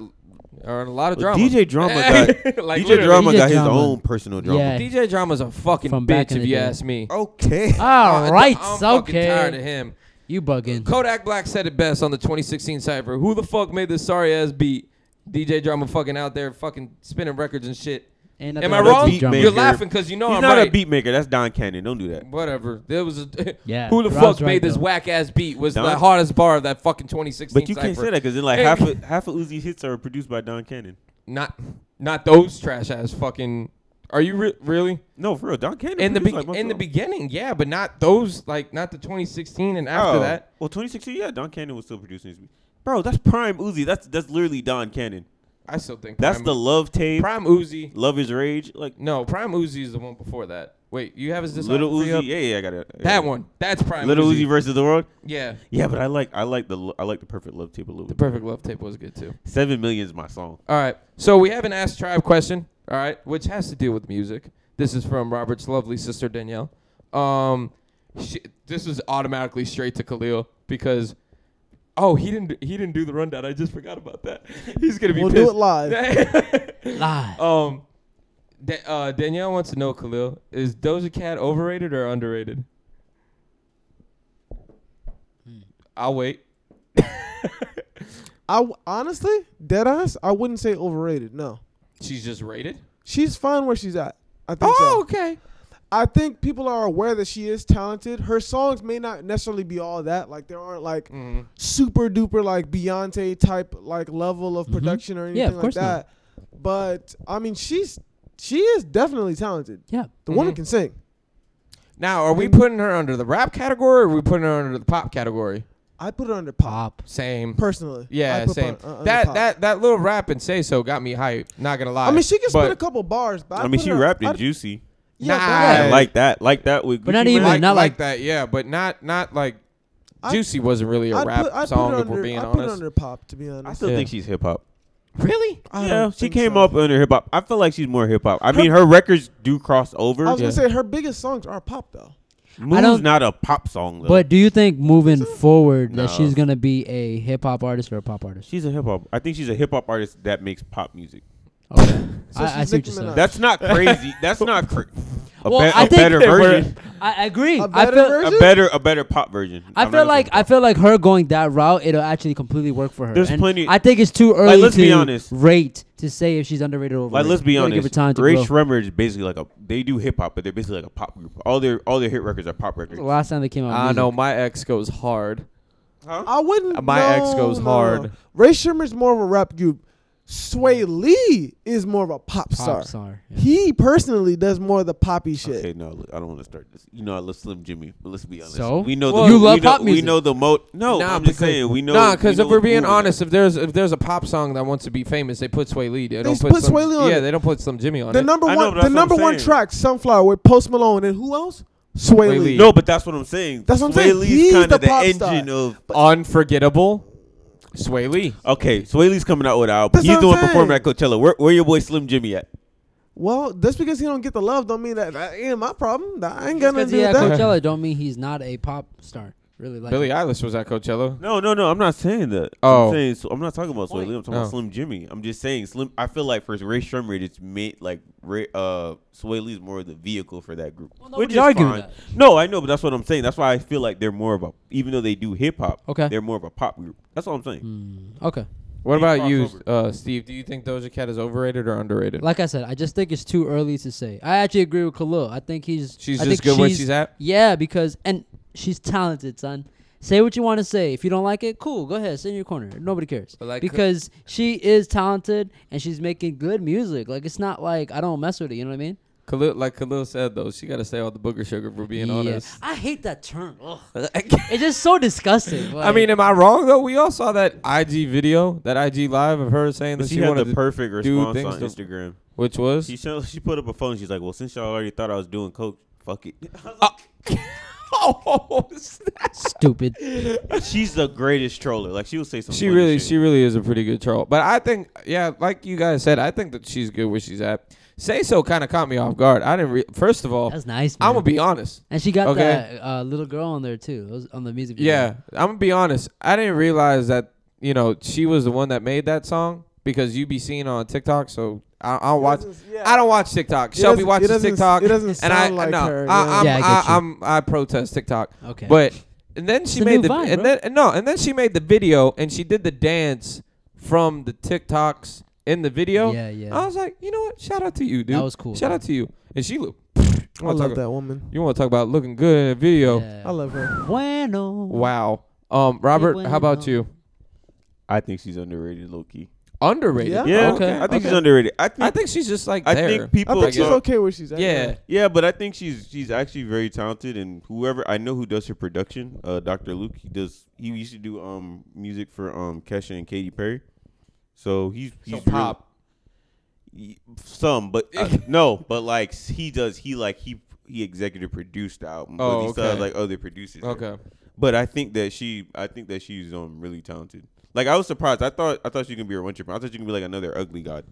are in a lot of Well, drama. DJ Drama got Like, DJ literally. E Drama DJ got his Drama. own personal drama. Yeah. DJ Drama's a fucking From back bitch in if the you day. ask me. Okay. All I- right, I'm fucking tired of okay. him. You bugging? Kodak Black said it best on the 2016 Cypher. Who the fuck made this sorry ass beat? DJ Drama fucking out there fucking spinning records and shit. Ain't Am nothing I wrong with wrong? beat drama. maker. You're laughing because you know He's I'm not right. a beat maker. That's Don Cannon. Don't do that. Whatever. There was a Yeah, Who the Rob's fuck made right, this though. whack ass beat? Was the Don- hardest bar of that fucking 2016 But you Cypher. can't say that because then like Hey. half of, half of Uzi's hits are produced by Don Cannon. Not, not those trash ass fucking. Are you re- really No, for real, Don Cannon. in the produced, be- like, most in the of them. beginning? Yeah, but not those. Like not the 2016 and after Oh. that. Well, 2016, yeah, Don Cannon was still producing. His, bro, that's prime Uzi. That's that's literally Don Cannon. I still think That's Prime- the love tape. Prime Uzi. Love is rage. Like No, Prime Uzi is the one before that. Wait, you have his this little album free Uzi. up? Yeah, yeah, I got it. I got That it. one. That's Prime Little Uzi. Uzi versus the world. Yeah. Yeah, but I like I like the lo- I like the perfect love tape a little The bit. Perfect Love tape was good too. Seven million is my song. All right. So we have an Ask Tribe question, all right, which has to do with music. This is from Robert's lovely sister Danielle. Um she, this is automatically straight to Khalil because Oh, he didn't he didn't do the rundown. I just forgot about that. He's going to be We'll do pissed. it live. Live. um Da- uh, Danielle wants to know, Khalil, is Doja Cat overrated or underrated? Hmm. I'll wait. I w- honestly, dead ass, I wouldn't say overrated. No, She's just rated. she's fine where she's at. I think Oh, so. okay. I think people are aware that she is talented. Her songs may not necessarily be all that. Like there aren't like Mm-hmm. super duper like Beyonce type like level of Mm-hmm. Mhm. production or anything Yeah, of like course not. that. But I mean, she's she is definitely talented. Yeah. The woman Mhm. can sing. Now, are we putting her under the rap category or are we putting her under the pop category? I put her under pop Pop. Same. personally. I yeah, put same. her, uh, under that pop. that that little rap and say so got me hyped. Not gonna lie. I mean, she can spit but a couple bars, but I, I, mean, put she her- rapped I- it juicy. Yeah, Nah. that- I- like that, like that with. Gucci But not Mane. even- like, not like like- that. Yeah, but not not like I- Juicy wasn't really a I'd rap put- I'd put song. it if we're under- being I'd put it honest. under pop, to be I honest. still Yeah. think she's hip hop. really? I yeah, don't she think came so. up under hip hop. I feel like she's more hip hop. I Her- mean, her records do cross I over. was gonna Yeah. say her biggest songs are pop though. Moon's don't- not a pop song, though. But do you think moving forward No. that she's gonna be a hip hop artist or a pop artist? she's a hip hop. I think she's a hip hop artist that makes pop music. Okay. So she's I, I see what Nicki you're saying. Minaj. That's not crazy. That's not cra- a, Well, be- I a think- better version. I I agree. A I better feel. version? A better, a better pop version. I I'm not feel a like I feel like her going that route, it'll actually completely work for her. There's And plenty- I think it's too early let's to be honest. rate to say if she's underrated or overrated. Like, let's be You gotta honest. Give her time to Ray grow. Shremmer is basically like a. They do hip hop, but they're basically like a pop group. All their all their hit records are pop records. The last time they came out, I music. know my ex goes hard. I wouldn't. Uh, My no, ex goes no, hard. no. Ray Shimmer's more of a rap group. Sway Lee is more of a pop, star. Pop star. yeah. He personally does more of the poppy shit. Okay, no, look, I don't want to start this. You know, I love Slim Jimmy, but let's be honest. So? we know Well, the you we love know- pop We music. know the mo. No, Oh, I'm just saying we know. Nah, we because know if we're what's being moving there. honest, if there's if there's a pop song that wants to be famous, they put Sway Lee. They, don't s- put, put some, Sway Lee on Yeah, it. they don't put some Jimmy on The it. number I know, but one, the that's what I'm number one saying. track, Sunflower with Post Malone, and who else? Sway Sway Lee. Lee. no, but that's what I'm saying. That's what I'm Sway saying. Lee's He's kinda the the pop star. engine of. Unforgettable, Sway Lee. Okay, Sway Lee's coming out with an album. That's He's what doing I'm saying. performing at Coachella. Where, where your boy Slim Jimmy at? Well, just because he don't get the love, don't mean that that ain't my problem. That I Just ain't gonna 'cause do he at that. Coachella don't mean he's not a pop star. Really like Billie Eilish was at Coachella. No, no, no. I'm not saying that. Oh. I'm, saying, so I'm not talking about Sway Lee. I'm talking Oh. about Slim Jimmy. I'm just saying Slim. I feel like for Ray Shremmer, it's made like Ray, uh, Sway Lee's more of the vehicle for that group. Well, which nobody's is arguing fine. that. No, I know, but that's what I'm saying. That's why I feel like they're more of a, even though they do hip hop, Okay. they're more of a pop group. That's all I'm saying. Hmm. Okay. What They about cross you, over. uh, Steve? Do you think Doja Cat is overrated or underrated? Like I said, I just think it's too early to say. I actually agree with Khalil. I think he's she's I just think good where she's at. Yeah, because and she's talented, son. Say what you want to say. If you don't like it, cool. Go ahead, sit in your corner. Nobody cares. But like- because she is talented and she's making good music. Like it's not like I don't mess with it. You know what I mean? Khalil, like Khalil said though, she got to say all the booger sugar for being Yeah. honest. I hate that term. Ugh. it's just so disgusting. I like- mean, am I wrong though? We all saw that IG video, that IG live of her saying But that she, she had wanted the to, perfect do response things on to- Instagram. which was She show, she put up a phone. She's like, "Well, since y'all already thought I was doing coke, fuck it." oh, snap. stupid. She's the greatest troller. Like she will say something. She really, she really is a pretty good troll. But I think, yeah, like you guys said, I think that she's good where she's at. Say so kind of caught me off guard. I didn't. Re- First of all, That's nice. Man. I'm gonna be honest. And she got Okay. that uh, little girl on there too. It was on the music video. Yeah, I'm gonna be honest. I didn't realize that you know she was the one that made that song because you be seen on TikTok. So I, I'll watch. I don't watch Tiktok. It Shelby doesn't- it watches doesn't- TikTok, it doesn't and I sound like no, her, I, yeah. I'm, Yeah, I get I, you. am I protest TikTok. Okay. But and then she the made new the vibe, and bro. then and no, and then she made the video and she did the dance from the TikToks in the video. yeah, yeah. I was like, you know what? Shout out to you, dude. That was cool. Shout out to you. And she looked. I love that woman. You want to talk about looking good in a video? Yeah. I love her. bueno. Wow. Um, Robert, how about bueno. you? I think she's underrated, low key. Underrated. Yeah? Yeah, Ah, Okay. I think she's okay. underrated. I think. I think she's just like I there. think people. I think she's uh, okay where she's at. yeah. Yeah, but I think she's she's actually very talented, and whoever I know who does her production, uh, Dr. Luke, he does. He used to do um music for um Kesha and Katy Perry, so he's he's So really- pop. y- some, but uh, no, but like s- he does. He like he he executive produced the album, Oh, but he still has okay. like other producers. there. Okay. But I think that she, I think that she's um really talented. Like I was surprised. I thought I thought she could be a one trip. I thought she could be like another ugly god,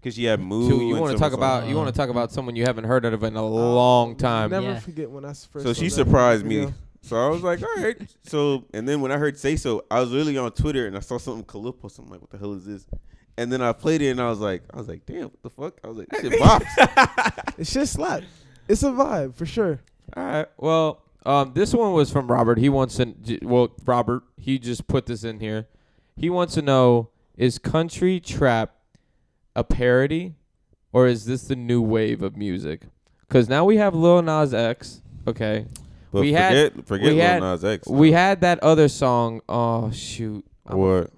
because she had moves. Dude, you want to talk about you Uh, want to talk about someone you haven't heard of in a Um, I'll long time. Never Yeah. forget when I s- first. So saw she that surprised video. me. So I was like, all right. So and then when I heard say so, I was literally on Twitter and I saw something Calippo. Something like, what the hell is this? And then I played it and I was like, I was like, damn, what the fuck? I was like, this shit bops. It's just slap. It's a vibe for sure. All right. Well, um, this one was from Robert. He wants to. j- Well, Robert, he just put this in here. He wants to know: Is country trap a parody, or is this the new wave of music? Because now we have Lil Nas X. Okay. But We had- forget, forget we Lil had- Nas X. We had that other song. Oh shoot. I'm- What?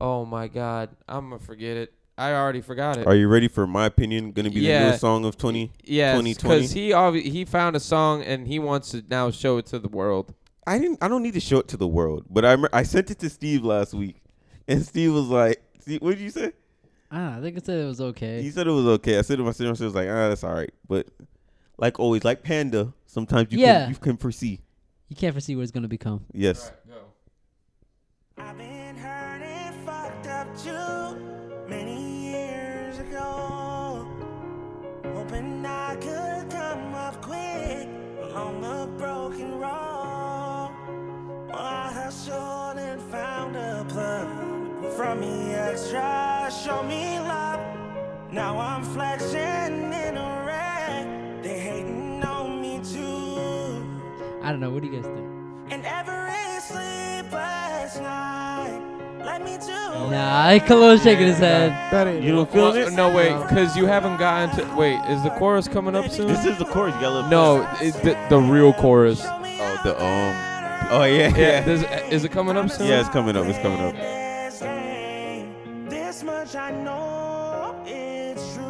Oh my God. I'm gonna forget it. I already forgot it. Are you ready for my opinion? Gonna be Yeah. the newest song of twenty. Yes, 2020? because he obvi- he found a song and he wants to now show it to the world. I didn't. I don't need to show it to the world, but I remember, I sent it to Steve last week, and Steve was like, Steve, "What did you say?" Ah, I think I said it was okay. He said it was okay. I said to my sister, I was like, "Ah, that's all right." But like always, like Panda, sometimes you Yeah. can, you can foresee. You can't foresee what it's gonna become. Yes. I've been hurt and fucked up too many years ago. Hoping I could come up quick on the broken road. Well, I hustled and found a plug from me extra. Show me love. Now I'm flexing in a wreck. They hating on me too. I don't know. What do you guys think? And every sleepless night, let me do Nah, Khalil's shaking his head. That ain't. You don't feel Well, this? no, wait, because you haven't gotten to. Wait, is the chorus coming up soon? This is the chorus. You gotta- no, it's the, the real chorus. Oh, the um. Oh yeah, Yeah, yeah. this, is it coming up soon? Yeah, it's coming up. It's coming up. This game, this much I know it's true.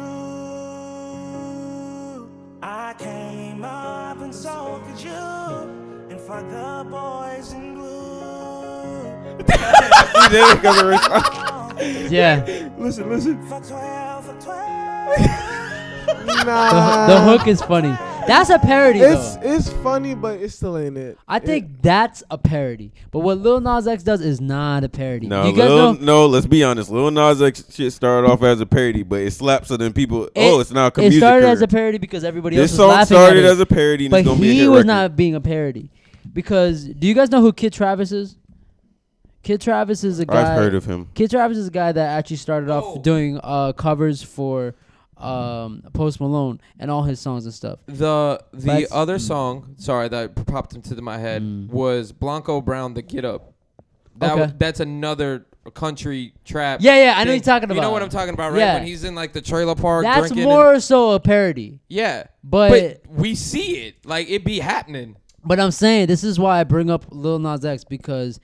I came up and so could you, and fuck the boys in blue. See, there it goes, the response. Yeah. listen, listen. Fuck twelve, fuck twelve. The, Nah. Ah. the hook is funny. That's a parody It's though. it's funny, but it still ain't it. I It- think that's a parody. But what Lil Nas X does is not a parody. No, you guys Lil, know no. Let's be honest. Lil Nas X shit started off as a parody, but it slapped. So then people, oh, it's now a It music started as career. a parody because everybody This else was song laughing started at it. as a parody, and but it's gonna be a he hit was record. not being a parody because do you guys know who Kid Travis is? Kid Travis is a guy. I've heard of him. Kid Travis is a guy that actually started off Oh. doing uh, covers for um, Post Malone and all his songs and stuff. The the That's- other mm. song, sorry that popped into my head, Mm. was Blanco Brown, The Get Up. That Okay. w- that's another country trap. Yeah, yeah, I know thing. you're talking You know about. what I'm talking about, right? Yeah. When he's in like the trailer park. That's drinking and- more so a parody. yeah, But- we see it, like it be happening. But I'm saying this is why I bring up Lil Nas X because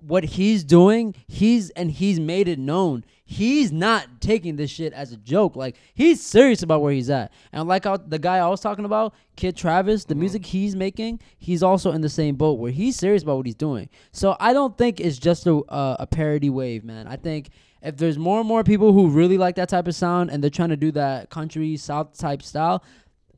what he's doing, he's and he's made it known. He's not taking this shit as a joke. Like he's serious about where he's at. And like I, the guy I was talking about, Kid Travis, the music he's making, he's also in the same boat where he's serious about what he's doing. So I don't think it's just a uh, a parody wave, man. I think if there's more and more people who really like that type of sound and they're trying to do that country south type style,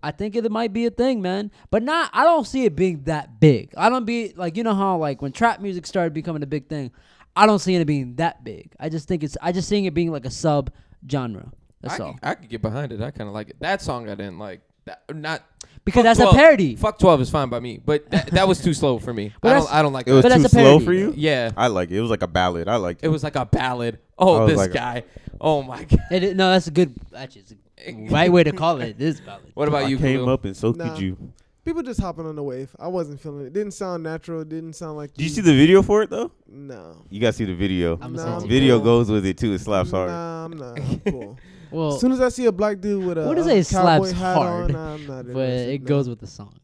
I think it might be a thing, man. But not I don't see it being that big. I don't be like you know how like when trap music started becoming a big thing, I don't see it being that big. I just think it's I just seeing it being like a sub genre. I That's all. could, I could get behind it. I kind of like it. That song I didn't like. That, not Because fuck that's a 12 parody. Fuck twelve is fine by me, but that, that was too slow for me. But I that's- don't. I don't like It was But that. that's too a slow parody, for you. yeah, I like it. It was like a ballad. I liked it it. was like a ballad. I Oh, was this like- guy. Oh my god. It, it- no, that's a good actually it's a right way to call it. It is valid. What I about you? came Khalil? up and so Nah. could you. people just hopping on the wave. I wasn't feeling it. Didn't sound natural. Didn't sound like. Did you see the video for it though? No. You gotta see the video. I'm Nah, gonna say Video cool. goes with it too. It slaps hard. Nah, I'm not. I'm cool. Well, as soon as I see a black dude with a What is uh, it cowboy slaps hat hard, on, nah, I'm not but interested, it nah. goes with the song.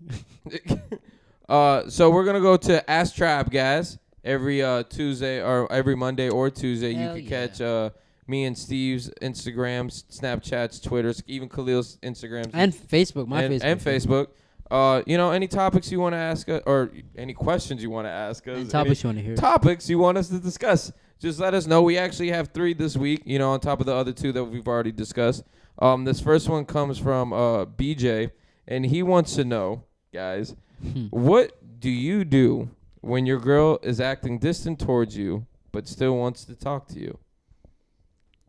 uh, so we're gonna go to Ask Trap, guys. Every uh, Tuesday or every Monday or Tuesday, Hell you can yeah. catch uh, me and Steve's Instagrams, Snapchats, Twitters, even Khalil's Instagrams And Facebook, my and, Facebook. and Facebook. Uh, you know, any topics you want to ask us, or any questions you want to ask us, And any- topics you want to hear. topics you want us to discuss. Just let us know. We actually have three this week, you know, on top of the other two that we've already discussed. Um, this first one comes from uh, BJ, and he wants to know, guys, what do you do when your girl is acting distant towards you but still wants to talk to you?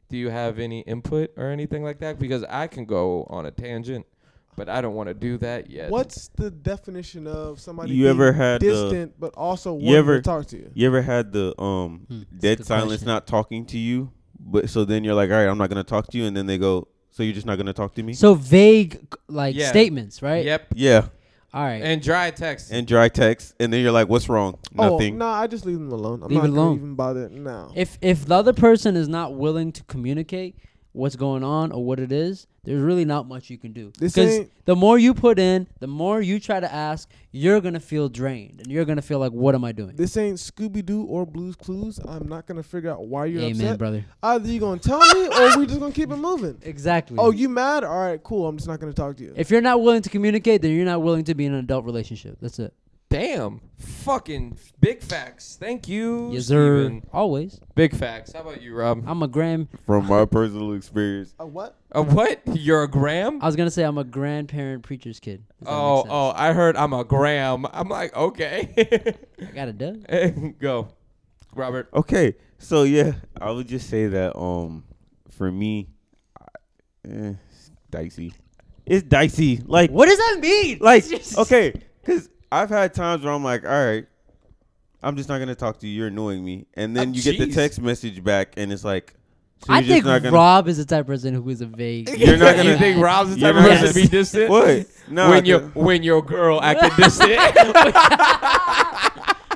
Do you have any input or anything like that? Because I can go on a tangent, but I don't want to do that yet. What's the definition of somebody You being ever had the- distant but also You wanting ever- to talk to you? You ever had the um Hmm, that's a dead good silence question. not talking to you? But so then you're like, all right, I'm not gonna talk to you, and then they go, so you're just not gonna talk to me? So vague like Yeah. statements, right? Yep. yeah, All right. And dry text. and dry text, and then you're like, what's wrong? Nothing. Oh, nah, I just leave them alone. I'm Leave not it alone. gonna even bother. No. if if the other person is not willing to communicate what's going on or what it is, there's really not much you can do. This Because ain't- the more you put in, the more you try to ask, you're gonna feel drained and you're gonna feel like, what am I doing? This ain't Scooby Doo or Blues Clues. I'm not gonna figure out why you're Amen, upset. brother. Either you gonna tell me, or we just gonna keep it moving. Exactly. Oh, you mad? All right, cool. I'm just not gonna talk to you. if you're not willing to communicate, then you're not willing to be in an adult relationship. That's it. Damn. Fucking big facts. Thank you. Yes, sir. Steven. Always. Big facts. How about you, Rob? I'm a gram. From my personal experience, A what? Uh, what? You're a gram? I was gonna say I'm a grandparent preacher's kid. if that Oh, makes sense. oh, I heard I'm a gram. I'm like, okay. I got it done. Go. Robert. Okay, so yeah, I would just say that um, for me, I- eh, it's dicey. It's dicey. Like What does that mean? Like Just- okay, because I've had times where I'm like, all right, I'm just not gonna talk to you. You're annoying me, and then Oh, you get jeez. the text message back, and it's like, so I you're just think not gonna. Rob is the type of person who is a vague. You're not gonna- you think Rob's the type You're of not person to gonna- be distant? What? No, when your when your girl acted distant.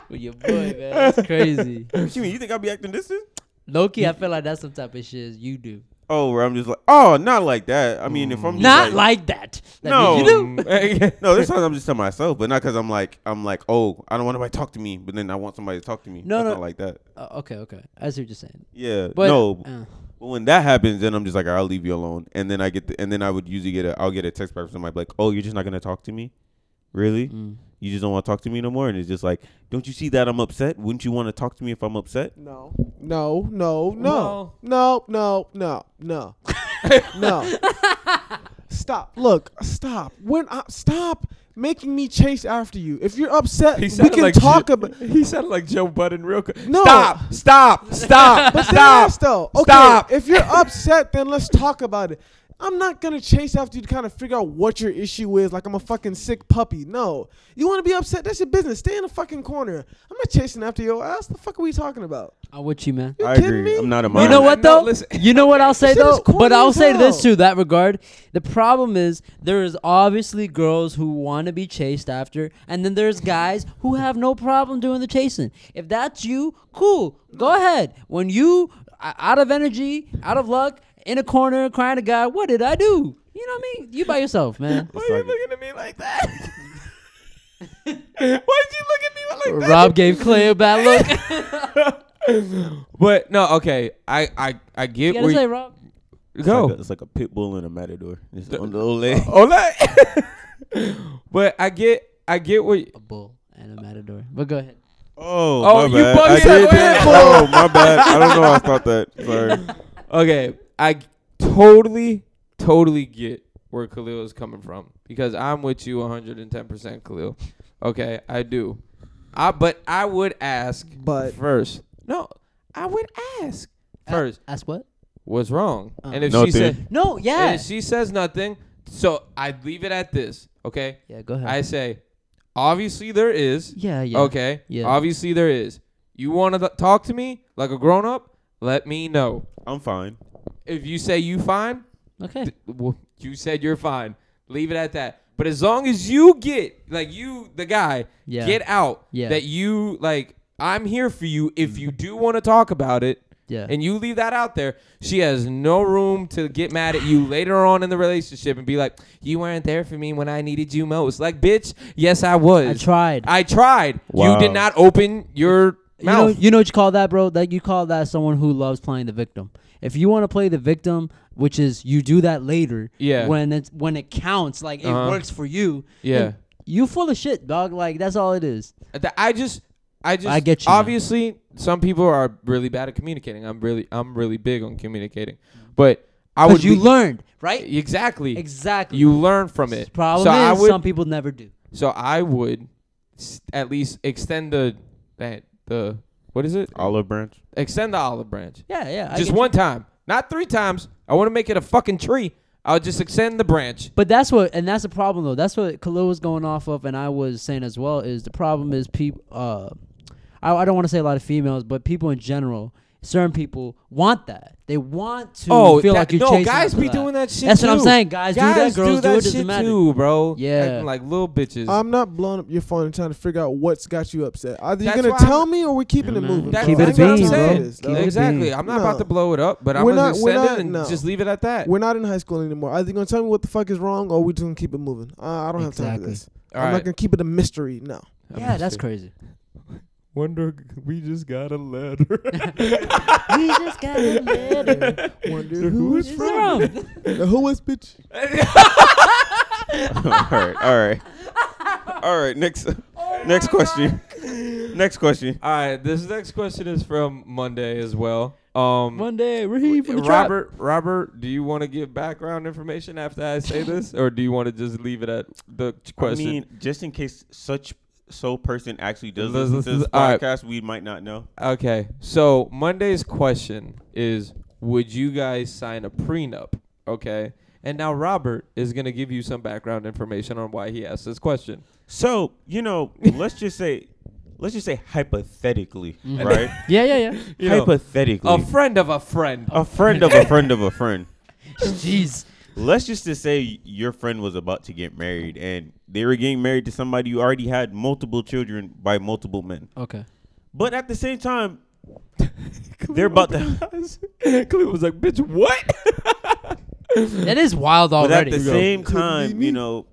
with your boy, man. That's crazy. what you mean? You think I'll be acting distant? Loki, I feel like that's some type of shit you do. Oh, where I'm just like, oh, not like that. I mean, if I'm just Not like that. That means you do. no, there's times I'm just to myself, but not because I'm like I'm like, oh, I don't want nobody to talk to me, but then I want somebody to talk to me. No, That's no. not like that. Uh, okay, okay. I see what you're saying. Yeah, But no. uh, But when that happens, then I'm just like, I'll leave you alone. And then I get, the, and then I would usually get a, I'll get a text back from somebody like, oh, you're just not gonna talk to me, really? mm. You just don't want to talk to me no more? And it's just like, don't you see that I'm upset? Wouldn't you want to talk to me if I'm upset? No. No, no, Well- no. No, no, no, no. no. Stop. Look, stop. When I stop making me chase after you. If you're upset, He we sounded can like talk Jo- about He sounded like Joe Budden real quick. No. Stop! Stop! Stop! But stop! serious though. Okay, Stop. If you're upset, then let's talk about it. I'm not gonna chase after you to kind of figure out what your issue is, like I'm a fucking sick puppy. No, you want to be upset? That's your business. Stay in the fucking corner. I'm not chasing after your ass. The fuck are we talking about? I'm with you, man. You I kidding agree. me? I'm not a No, You mind. know no, what no, though? listen. You know what I'll say Shit is though. corny But I'll as say this hell. too. That regard, the problem is there is obviously girls who want to be chased after, and then there's guys who have no problem doing the chasing. If that's you, cool. Go ahead. When you uh, out of energy, out of luck, in a corner crying to God, what did I do? You know what I mean? You by yourself, man. Why are you Suck it. looking at me like that? Why'd you look at me like that? Rob gave Clay a bad look. But no, okay. I I I you get gotta where say, you Rob. It's like go. a- it's like a pit bull and a matador. It's on the old leg. Oh. Ole. but I get I get what A bull and a matador. But go ahead. Oh, Oh, my you bad. bugged I did out. that. Oh, my bad. I don't know. I thought that. Sorry. okay, I totally, totally get where Khalil is coming from because I'm with you 110%, Khalil. Okay, I do. I but I would ask But- first. No, I would ask Uh, first Ask what? what's wrong. Uh. and if she Nothing. said No, and yeah. if she says nothing, so I leave it at this, okay? Yeah, go ahead. I say obviously there is yeah, yeah. Okay. Yeah. Obviously there is. You want to talk to me like a grown up? Let me know. I'm fine. If you say you fine, Okay. th- well, you said you're fine. Leave it at that. But as long as you get like you the guy Yeah. get out Yeah. that you like I'm here for you if you do want to talk about it Yeah. and you leave that out there, she has no room to get mad at you later on in the relationship and be like, "You weren't there for me when I needed you most." Like, bitch, yes I was. I tried. I tried. You Wow. did not open your you know, mouth. you know what you call that, bro? That you call that someone who loves playing the victim. If you want to play the victim, which is you do that later, Yeah. when it's when it counts, like Uh-huh. it works for you, Yeah. then you full of shit, dog. Like that's all it is. Th- I just, I just, I get you, man. Obviously, some people are really bad at communicating. I'm really, I'm really big on communicating, but I would Because you be- learned, right? exactly, Exactly. you learn from it. Problem so is, I would, some people never do. so I would, s- at least extend the that the what is it? Olive branch. Extend the olive branch. Yeah, yeah. I just get you. one time, not three times. I want to make it a fucking tree. I'll just extend the branch. But that's what, and that's the problem though. That's what Khalil was going off of, and I was saying as well. Is the problem is people? Uh, I, I don't want to say a lot of females, but people in general, certain people want that. They want to oh, feel that- like you're no, chasing guys after be that. doing that shit. That's what I'm too. saying. Guys, do that. Girls do, it. shit Doesn't matter. too, bro. Yeah. Acting like little bitches. I'm not blowing up your phone and trying to figure out what's got you upset. Either you're That's gonna why tell I'm- me, or we're keeping Yeah, it man. moving. That's Mm-hmm. Keep bro. it a That's what I'm bean, bro. saying. Keep it a exactly. bean. I'm not about to No. blow it up, but I'm We're gonna not- just we're send not- it and no. just leave it at that. We're not in high school anymore. Either you're gonna tell me what the fuck is wrong, or we're just gonna keep it moving. Uh, I don't have time Exactly. for this. All I'm right. not gonna keep it a mystery. No. Yeah, that's crazy. Wonder we just got a letter. we just got a letter. Wonder who who is is It's from? wrong. The who is bitch? all right, all right, all right. Next. Oh Next question. Next question. All right, this next question is from Monday as well. Um, Monday, Raheem from the trap. Robert, Robert, do you want to give background information after I say this, or do you want to just leave it at the ch- question? I mean, just in case such so person actually does Let's- listen to let's- this alright. podcast, we might not know. okay, so Monday's question is: Would you guys sign a prenup? Okay, and now Robert is gonna give you some background information on why he asked this question. So you know, let's just say, let's just say hypothetically, right? Yeah, yeah, yeah. You know, hypothetically, a friend of a friend. a friend of a friend of a friend. Jeez. Let's just to say your friend was about to get married, and they were getting married to somebody who already had multiple children by multiple men. Okay. But at the same time, they're about to. Khalid was like, "Bitch, what?" That is wild But at already. the same time, me. you know,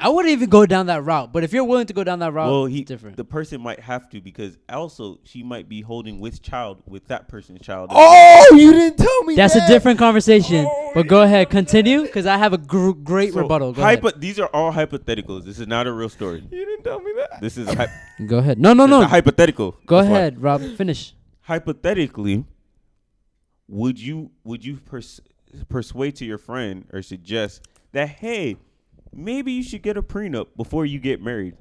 I wouldn't even go down that route, but if you're willing to go down that route, well, he it's different. the person might have to because also she might be holding with child with that person's child. oh, you didn't tell me. That's a that. different conversation. but go ahead, continue, because I have a gr- great So, rebuttal. Go hypo- These are all hypotheticals. This is not a real story. You didn't tell me that. This is a, hy- ahead. Go ahead. No, no, it's no. a hypothetical. go That's why. ahead, Rob. Finish. hypothetically, would you would you pers- persuade to your friend or suggest that hey, maybe you should get a prenup before you get married?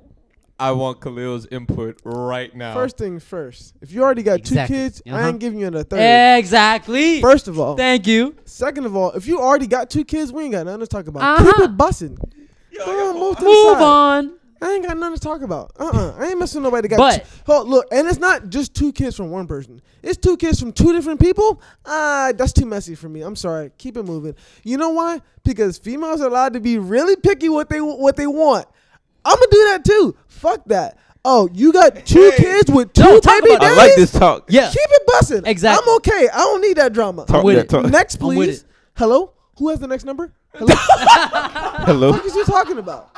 I want Khalil's input right now. First thing first, if you already got Exactly. two kids, Uh-huh. I ain't giving you another third. Exactly. First of all, Thank you. second of all, if you already got two kids, we ain't got nothing to talk about. Uh-huh. People bussing. Throw them move to the Move side. on. I ain't got nothing to talk about. Uh uh I ain't messing with nobody that got But- two. Hold, look, and it's not just two kids from one person. It's two kids from two different people. Ah, that's too messy for me. I'm sorry. Keep it moving. You know why? Because females are allowed to be really picky what they what they want. I'm gonna do that too. Fuck that. Oh, you got two kids with two No, talk baby about it. daddies? I talk. Yeah. Keep it busting. Exactly. I'm okay. I don't need that drama. Talk with that it. talk. Next, I'm with please. it. Hello. Who has the next number? Hello. Hello. What is you talking about?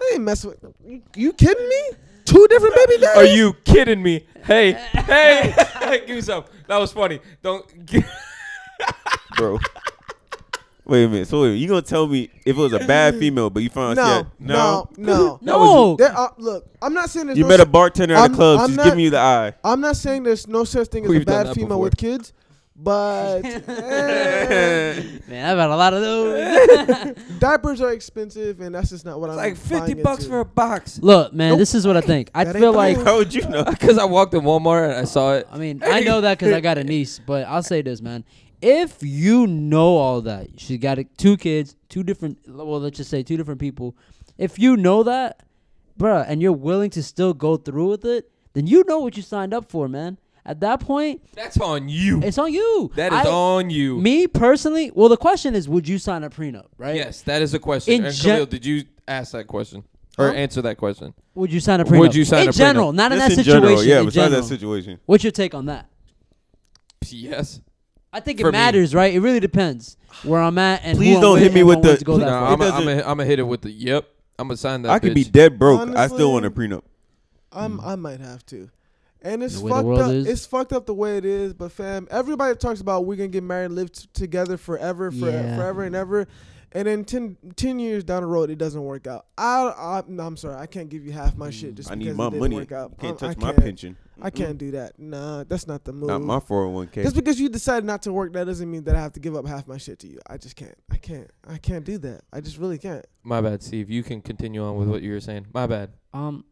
I ain't mess with. You, you kidding me? Two different baby daddies? Are you kidding me? Hey, hey, give me some. That was funny. Don't. g- bro. Wait a minute. So wait, you gonna tell me if it was a bad female, but you found No, out she had- no, no. No. There are, look, I'm not saying there's You no met a su- bartender at I'm- a club. I'm She's not- giving you the eye. I'm not saying there's no such thing as We've a done bad that female before. with kids, but eh, Man, I've had a lot of those. diapers are expensive, and that's just not what I'm. like fifty buying bucks into. for a box. Look, man, Nope. this is what I think. I That feel ain't like, cool. How would you know? Because I walked in Walmart and I saw it. I mean, I know that because I got a niece, but I'll say this, man. If you know all that, she got it- two kids, two different, well, let's just say two different people. If you know that, bruh, and you're willing to still go through with it, then you know what you signed up for, man. At that point, That's on you. it's on you. That is I- on you. Me personally, well, the question is, would you sign a prenup, right? Yes, that is a question. In and gen- Khalil, did you ask that question or answer that question? Would you sign a prenup? Would you sign in a prenup? general, not in that Just in situation? general, yeah. in Besides that general. situation, What's your take on that? Yes. I think For it me. matters, right? It really depends where I'm at and who Please I'm don't with hit me and with I'm willing the- to go please- No, that far. I'm doesn't- gonna I'm hit it with the yep. I'm gonna sign that. I could be bitch. dead broke. I still Honestly- want a prenup. I'm, I might have to. And it's Mm. The way the fucked world up. is. It's fucked up the way it is. But fam, everybody talks about we're gonna get married, and live t- together forever, for, Yeah. forever and ever. And then 10, 10 years down the road, it doesn't work out. I, I no, I'm sorry, I can't give you half my Mm. shit just I because need my it didn't money. You work out. can't Um, I touch my can't- pension. I can't do that. Nah, that's not the move. Not my 401k. Just because you decided not to work, that doesn't mean that I have to give up half my shit to you. I just can't. I can't. I can't do that. I just really can't. My bad, Steve. You can continue on with what you were saying. My bad. Um,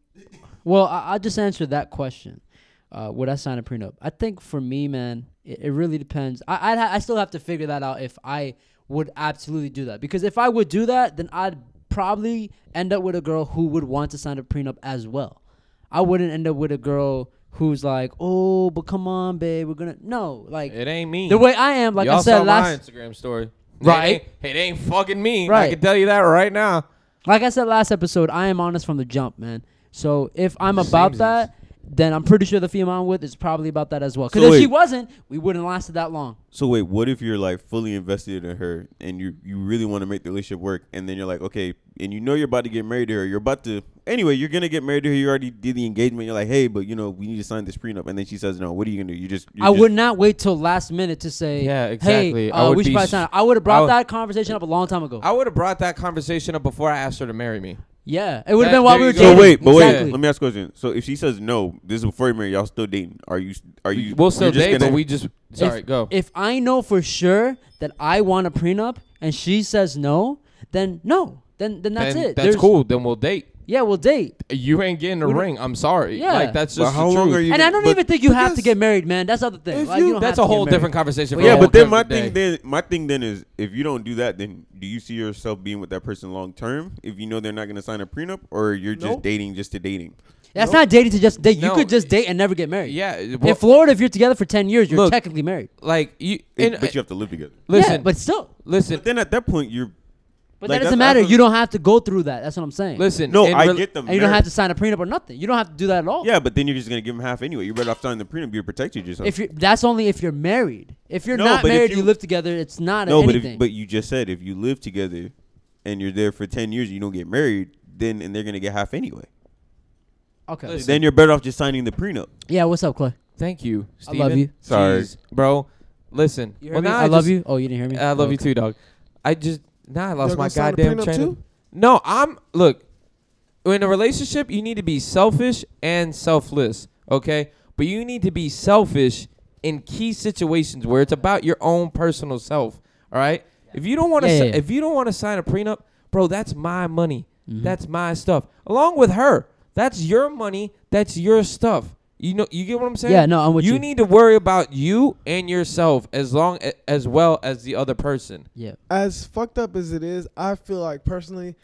well, I, I just answered that question. Uh, would I sign a prenup? I think for me, man, it, it really depends. I I'd ha- I still have to figure that out if I would absolutely do that because if I would do that, then I'd probably end up with a girl who would want to sign a prenup as well. I wouldn't end up with a girl who's like, oh, but come on, babe, we're gonna no like It ain't me. the way I am. Like Y'all I said saw last. my Instagram story. Right. It ain't, it ain't fucking me. I Right. can tell you that right now. like I said last episode, I am honest from the jump, man. So if I'm about Samesies. that, then I'm pretty sure the female I'm with is probably about that as well. Because So if she wait. wasn't, we wouldn't have lasted that long. So wait, what if you're like fully invested in her and you you really want to make the relationship work, and then you're like, okay, and you know you're about to get married to her, you're about to anyway, you're gonna get married to her. You already did the engagement. You're like, hey, but you know we need to sign this prenup, and then she says no. What are you gonna do? You just you I just- would not wait till last minute to say, Yeah, exactly. Hey, I uh, would we should be probably sh- sign. up." I would have I brought would- that conversation up a long time ago. I would have brought that conversation up before I asked her to marry me. Yeah, it would have That- been while there we you were go. dating. So wait, but Exactly. wait. Let me ask a question. So if she says no, this is before you marry, y'all still dating? Are you? Are you? we'll you're still just date, but gonna- we just sorry. go. If I know for sure that I want a prenup and she says no, then no, then then that's Then it. That's There's- cool. Then we'll date. Yeah, we'll date. You ain't getting a We don't- ring. I'm sorry. Yeah. Like that's But just how the long truth. are you? And I don't but- even think you but have to that's- get married, man. That's the other thing. if Like, you you- don't That's have to get a whole married. different conversation. For a Yeah, whole but then my thing different day. then my thing then is if you don't do that, then do you see yourself being with that person long term? If you know they're not going to sign a prenup, or you're just Nope. dating just to dating? That's not dating to just date. You No, could just date and never get married. yeah. Well, in Florida, if you're together for ten years, you're Look, technically married. like you, It- and, uh, but you have to live together. listen, yeah, but still, listen, But then at that point, you're. but Like, that that's- doesn't matter. that's You what- don't have to go through that. That's what I'm saying. listen. No, in I rel- get them. and you don't have to sign a prenup or nothing. You don't have to do that at all. Yeah, but then you're just gonna give him half anyway. You're better off signing the prenup. You protect you yourself. If you that's only if you're married. If you're No, not but if married, you, you- live together. It's not no, but anything. if, but you just said if you live together, and you're there for ten years, you don't get married, then and they're gonna get half anyway. okay. Listen. Then you're better off just signing the prenup. Yeah. What's up, Clay? Thank you, I Steven. love you. Sorry. Jeez, bro. Listen, You heard well, me? now I, love just- you. Oh, you didn't hear me. I Oh, love you okay. too, dog. I just now I Y'all lost my gonna sign a goddamn prenup train. of- too? No, I'm look. In a relationship, you need to be selfish and selfless, okay? But you need to be selfish in key situations where it's about your own personal self, all right? If you don't want to, Yeah, yeah, yeah. if you don't want to sign a prenup, bro, that's my money. Mhm. That's my stuff. Along with her, that's your money. That's your stuff. You know, you get what I'm saying? Yeah, no, I'm with you. You need to worry about you and yourself as long a- as well as the other person. Yeah. as fucked up as it is, I feel like personally,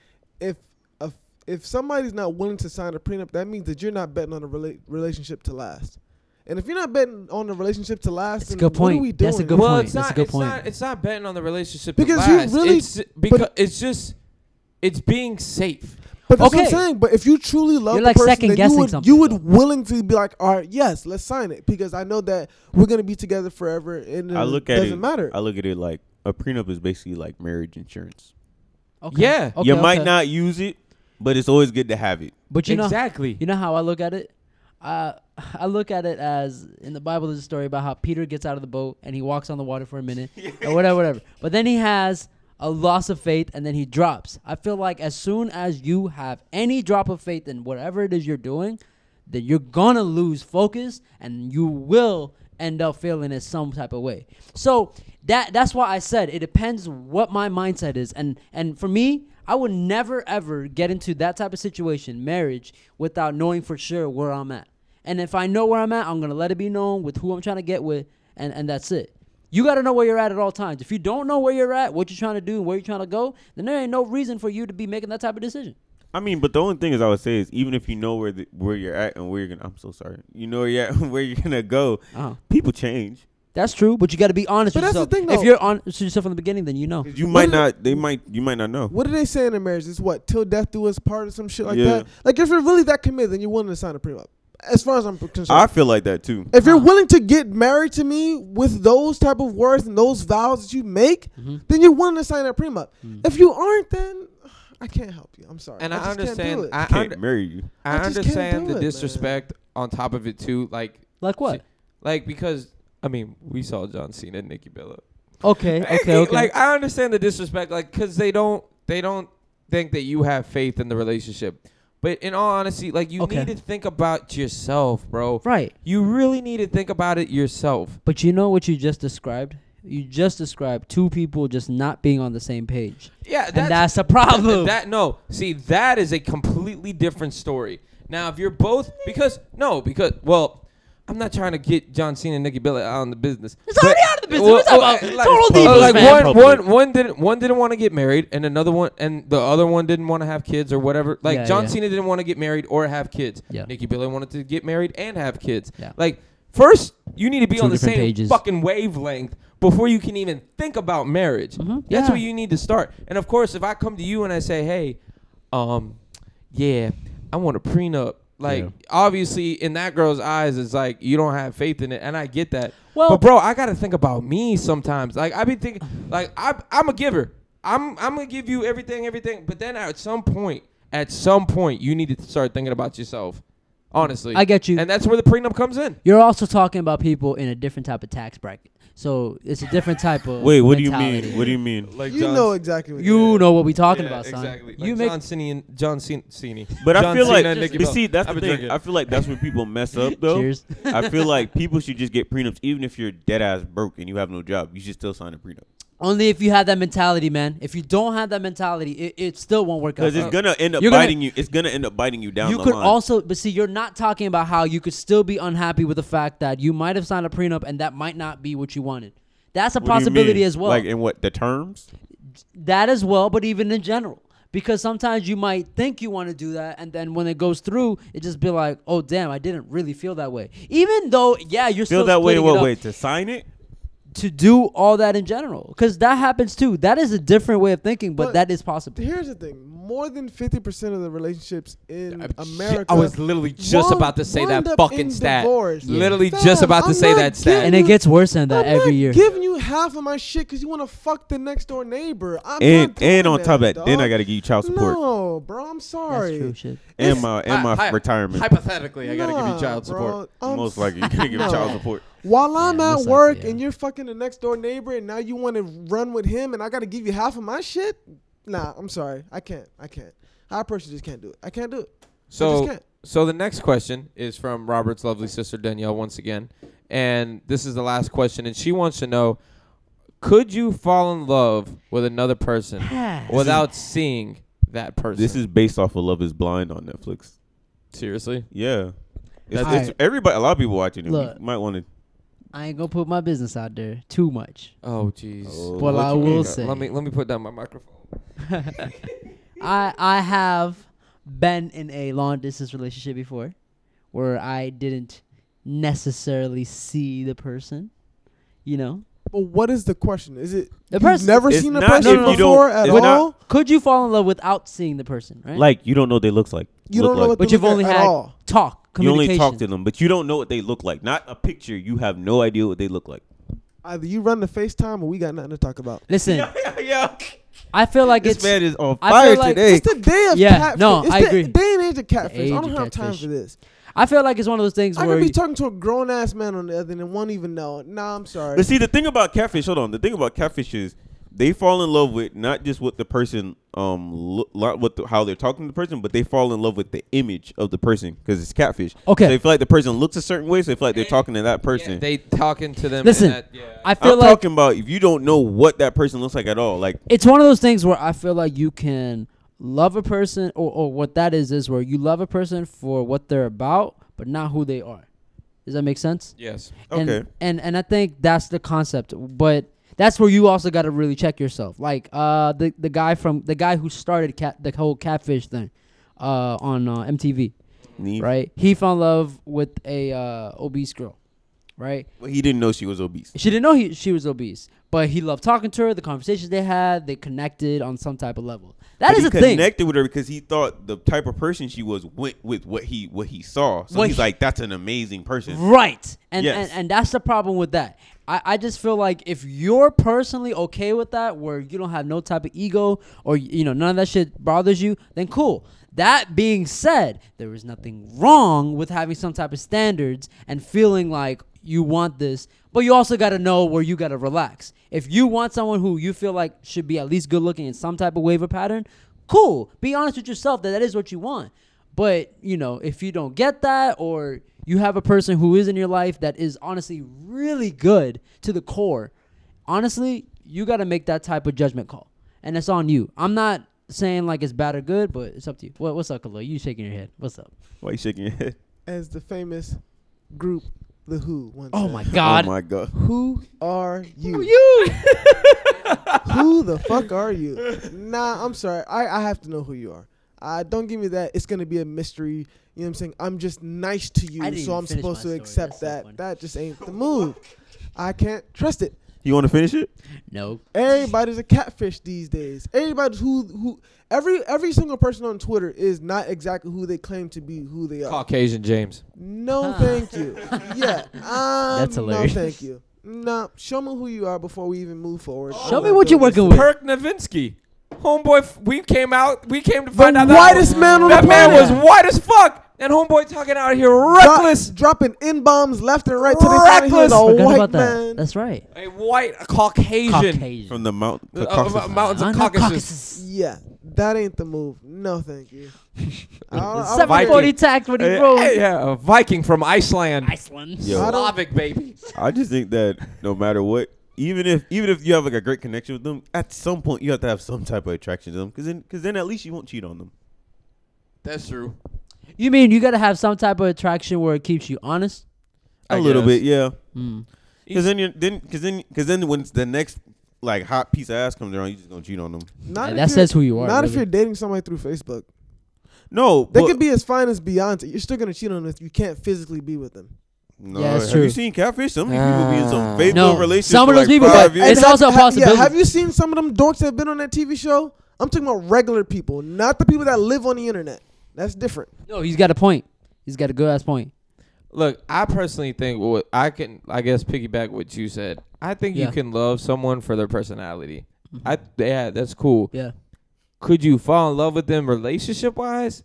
if if, if somebody's not willing to sign a prenup, that means that you're not betting on a rela- relationship to last. And if you're not betting on a relationship to last, That's a then good what point. are we doing? That's a good well, point. it's That's not. a good it's point. not. It's not betting on the relationship Because to you last. really- It's because but- it's just. It's being safe. But that's Okay. what I'm saying. But if you truly love You're, the like, person, then second-guessing you would something, you would though. willingly be like, all right, yes, let's sign it because I know that we're gonna be together forever, and it I look at doesn't it. matter. I look at it like a prenup is basically like marriage insurance. Okay. Yeah. Okay, you might okay. not use it, but it's always good to have it. But you know, exactly. you know how I look at it. Uh, I look at it as in the Bible there's a story about how Peter gets out of the boat and he walks on the water for a minute or whatever, whatever. But then he has a loss of faith and then he drops. I feel like as soon as you have any drop of faith in whatever it is you're doing, then you're gonna lose focus and you will end up failing in some type of way. So that that's why I said it depends what my mindset is. And and for me, I would never ever get into that type of situation, marriage, without knowing for sure where I'm at. And if I know where I'm at, I'm gonna let it be known with who I'm trying to get with, and and that's it. You got to know where you're at at all times. If you don't know where you're at, what you're trying to do, and where you're trying to go, then there ain't no reason for you to be making that type of decision. I mean, but the only thing is, I would say is even if you know where the, where you're at and where you're gonna, I'm so sorry, you know where you're at and where you're gonna go, Uh-huh. people change. That's true, but you got to be honest But with that's the yourself. thing, if though. you're honest with yourself from the beginning, then you know. 'Cause You What might is- not, they might, you might not know. what do they say in a marriage? It's what till death do us part or some shit like Yeah. that. Like if you're really that committed, then you're willing to sign a prenup. As far as I'm concerned, I feel like that too. If you're Huh. willing to get married to me with those type of words and those vows that you make, Mm-hmm. Mhm. then you're willing to sign that prenup. Mm. If you aren't, then I can't help you. I'm sorry. Hmm. and I, I, just Can't do understand. it. I, Can't under- marry you. I, I just can't understand do the it, man. disrespect on top of it too. Like, Like what? like because I mean, we saw John Cena and Nikki Bella. Okay, okay, okay. Like I understand the disrespect, like because they don't they don't think that you have faith in the relationship. But in all honesty, like you Okay. need to think about yourself, bro. right. You really need to think about it yourself. But you know what you just described? You just described two people just not being on the same page. Yeah, and that's a problem. That no, see, that is a completely different story. Now, if you're both because no, because well, I'm not trying to get John Cena and Nikki Bella out of the business. It's already out of the business. We're talking about total uh, divas, like man. one, one, one didn't one didn't want to get married, and another one, and the other one didn't want to have kids or whatever. Like Yeah, John yeah. Cena didn't want to get married or have kids. Yeah. Nikki Bella wanted to get married and have kids. Yeah. Like first, you need to be Two on the same different pages. fucking wavelength before you can even think about marriage. Mhm. That's Yeah. where you need to start. And of course, if I come to you and I say, "Hey, um, yeah, I want a prenup," like Yeah. obviously in that girl's eyes, it's like you don't have faith in it, and I get that. Well- but bro, I gotta think about me sometimes. Like I be thinking, like I, I'm a giver. I'm I'm gonna give you everything, everything. But then at some point, at some point, you need to start thinking about yourself. honestly. I get you. and that's where the prenup comes in. You're also talking about people in a different type of tax bracket. So it's a different type of. Wait, what do you mentality. mean? What do you mean? Like You know exactly. What You it is. know what we talking about, son. Exactly. you make John Cena and John Cena. Cena. But I John feel like, Cena and Nikki but Bella. see, that's I've the been thing. drinking. I feel like that's where people mess up, though. cheers. I feel like people should just get prenups, even if you're dead ass broke and you have no job. You should still sign a prenup Only if you have that mentality, man. If you don't have that mentality, it, it still won't work out. Uh, because it's gonna end up Uh, You're gonna- biting you. It's gonna end up biting you down. you the could line. also, but see, you're not talking about how you could still be unhappy with the fact that you might have signed a prenup and that might not be what you wanted. That's a What do you possibility mean? as well. Like in what the terms? that as well, but even in general. Because sometimes you might think you want to do that, and then when it goes through, it just be like, "Oh damn, I didn't really feel that way." Even though, yeah, you're Feel still that way? splitting it What up way to sign it? to do all that in general, because that happens too. That is a different way of thinking, but, But that is possible. Here's the thing: more than fifty percent of the relationships in America, Shit, I was literally just wound- about to say that wound up in fucking stat. divorce. Literally Fam, just about to I'm say not that stat. And it you- gets worse than that I'm every not year. Giving you half of my shit because you want to fuck the next door neighbor. I'm And not doing and on top of that, then I dog. gotta give you child support No, bro, I'm sorry. That's true shit. and my and my retirement. Hypothetically, I gotta give Nah, you child bro. support. I'm Most likely, you gotta give No. child support. While I'm Yeah, at most likely, work yeah. and you're fucking the next door neighbor, and now you want to run with him, and I got to give you half of my shit? Nah, I'm sorry, I can't. I can't. I personally just can't do it. I can't do it. I just So, can't. so the next question is from Robert's lovely sister Danielle once again, and this is the last question, and she wants to know: Could you fall in love with another person without seeing that person? This is based off of Love Is Blind on Netflix. seriously. Yeah, it's, That's- it's- everybody. A lot of people watching it. Look. you might want to. I ain't gonna put my business out there too much. Oh, jeez. Oh. What Well, I you will mean? say, Let me let me put down my microphone. I I have been in a long distance relationship before, where I didn't necessarily see the person. You know, But what is the question? Is it The you've person- never It's seen a not person if you don't- before at it's all? not- could you fall in love without seeing the person? Right. Like you don't know what they looks like. you look don't know like. what but they you've look only at, at had all. talk, You communication. only talk to them, but you don't know what they look like. Not a picture. You have no idea what they look like. Either you run the FaceTime, or we got nothing to talk about. Listen, yeah. I feel like it's is on I feel like- It's the day of Yeah, catfish. no, it's I the agree. Day and age of catfish. age I of don't have time catfish. for this. I feel like it's one of those things I where could be you, talking to a grown ass man on the other end and won't even know. Nah, I'm sorry. But see, the thing about catfish, hold on. The thing about catfish is they fall in love with not just what the person, um, look, lo- what the, how they're talking to the person, but they fall in love with the image of the person because it's catfish. Okay. So they feel like the person looks a certain way, so they feel like they're talking to that person. They talking to them. in Listen, that- yeah. I feel I'm like talking about if you don't know what that person looks like at all, like it's one of those things where I feel like you can love a person or, or what that is is where you love a person for what they're about but not who they are does that make sense yes. Okay. and and, and i think that's the concept but that's where you also got to really check yourself like uh the, the guy from the guy who started cat the whole catfish thing uh on uh, mtv Neve, right he fell in love with a uh obese girl right well, he didn't know she was obese. she didn't know he, she was obese, but he loved talking to her. The conversations they had, they connected on some type of level. That But is he a thing. connected with her because he thought the type of person she was went with what he what he saw. So What he's he- like, that's an amazing person. Right. And, Yes. and and that's the problem with that. I, I just feel like if you're personally okay with that, where you don't have no type of ego or you know none of that shit bothers you, then cool. That being said, there is nothing wrong with having some type of standards and feeling like you want this, but you also got to know where you got to relax. If you want someone who you feel like should be at least good looking in some type of waiver pattern, cool. Be honest with yourself that that is what you want. But you know, if you don't get that, or you have a person who is in your life that is honestly really good to the core, honestly, you got to make that type of judgment call, and it's on you. I'm not saying like it's bad or good, but it's up to you. What, what's up, Khalil? You shaking your head? What's up? Why you shaking your head? As the famous group, The Who. Once Oh said, my God! Oh my god. Who are you? You. who the fuck are you? Nah, I'm sorry. I, I have to know who you are. Uh, don't give me that. It's gonna be a mystery. You know what I'm saying? I'm just nice to I you, didn't so even I'm finish supposed my to story. accept That's so that. funny. that just ain't the move. I can't trust it. You want to finish it? no. Everybody's a catfish these days. Everybody's who who every every single person on Twitter is not exactly who they claim to be who they are. Caucasian James. No, Huh. thank you. Yeah, um, That's hilarious. No, thank you. No, show me who you are before we even move forward. Show I'm me not what you're doing this. working with. Perk Novinsky. Homeboy, f- we came out. We came to The find out whitest that, man on that the man planet. was white as fuck. And homeboy talking out here Dro- reckless. dropping n bombs left and right. till they finally hit Reckless. A Forgot white about that. man. That's right. A white a Caucasian. Caucasian. from the mountain. Uh, uh, mountains I of know Caucasus. Caucasus. Yeah, that ain't the move. No, thank you. I don't- I don't Viking. 740 tax when he Hey, rolls. hey, yeah, a Viking from Iceland. Iceland. Yo. I don't- Slavic baby. I just think that no matter what, even if even if you have like a great connection with them, at some point you have to have some type of attraction to them, because then because then at least you won't cheat on them. That's true. You mean you gotta have some type of attraction where it keeps you honest? A I little guess. bit, yeah. Mm. Because then you then because then because then when the next like hot piece of ass comes around, you just gonna cheat on them. Not Hey, that if you're- says who you are, Not if really. you're dating somebody through Facebook. No, They but- could be as fine as Beyonce. You're still gonna cheat on them if you can't physically be with them. No, Yeah, it's have true. you seen catfish? Some of these people be in some faithful No, relationships. some of for those like people, five but years. it's also a possibility. have you seen some of them dorks that have been on that TV show? I'm talking about regular people, not the people that live on the internet. That's different. No, he's got a point. He's got a good ass point. Look, I personally think what I can, I guess, piggyback what you said. I think Yeah. you can love someone for their personality. I Mm-hmm. yeah, that's cool. Yeah. Could you fall in love with them relationship wise?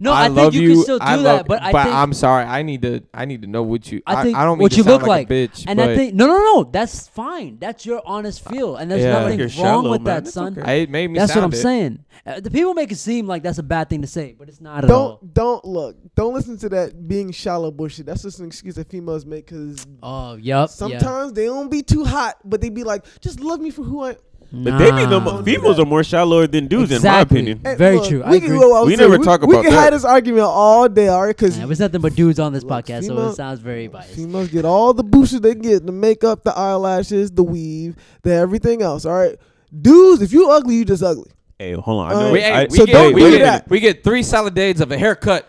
No, I, think you, can still do I that, love- but I think I'm sorry. I need to. I need to know what you. I, I think I don't mean what to you sound look like, a bitch. and I but think no, no, no, that's fine. That's your honest feel, and there's Yeah. Like nothing you're wrong shallow, with man. that, That's son. okay. I- it made me. That's what I'm sound it. saying. Uh, the people make it seem like that's a bad thing to say, but it's not at all. Don't don't look. Don't listen to that being shallow bullshit. That's just an excuse that females make because Oh, yep. yeah. sometimes they don't be too hot, but they be like, just love me for who I. But they be the Nah. mo- females are more shallower than dudes, Exactly. in my opinion. Hey, Very true. I We, can agree. go out We and say never talk we about can that. have this argument all day, all right? Because Nah, it was nothing but dudes on this Look, podcast, so female- it sounds very biased. Females get all the boosters they get the makeup, the eyelashes, the weave, the everything else. All right, dudes, if you ugly, you just ugly. Hey, hold on. I Uh, know We, Wait, hey, I- we so get, don't we do get, that. We get three solid days of a haircut.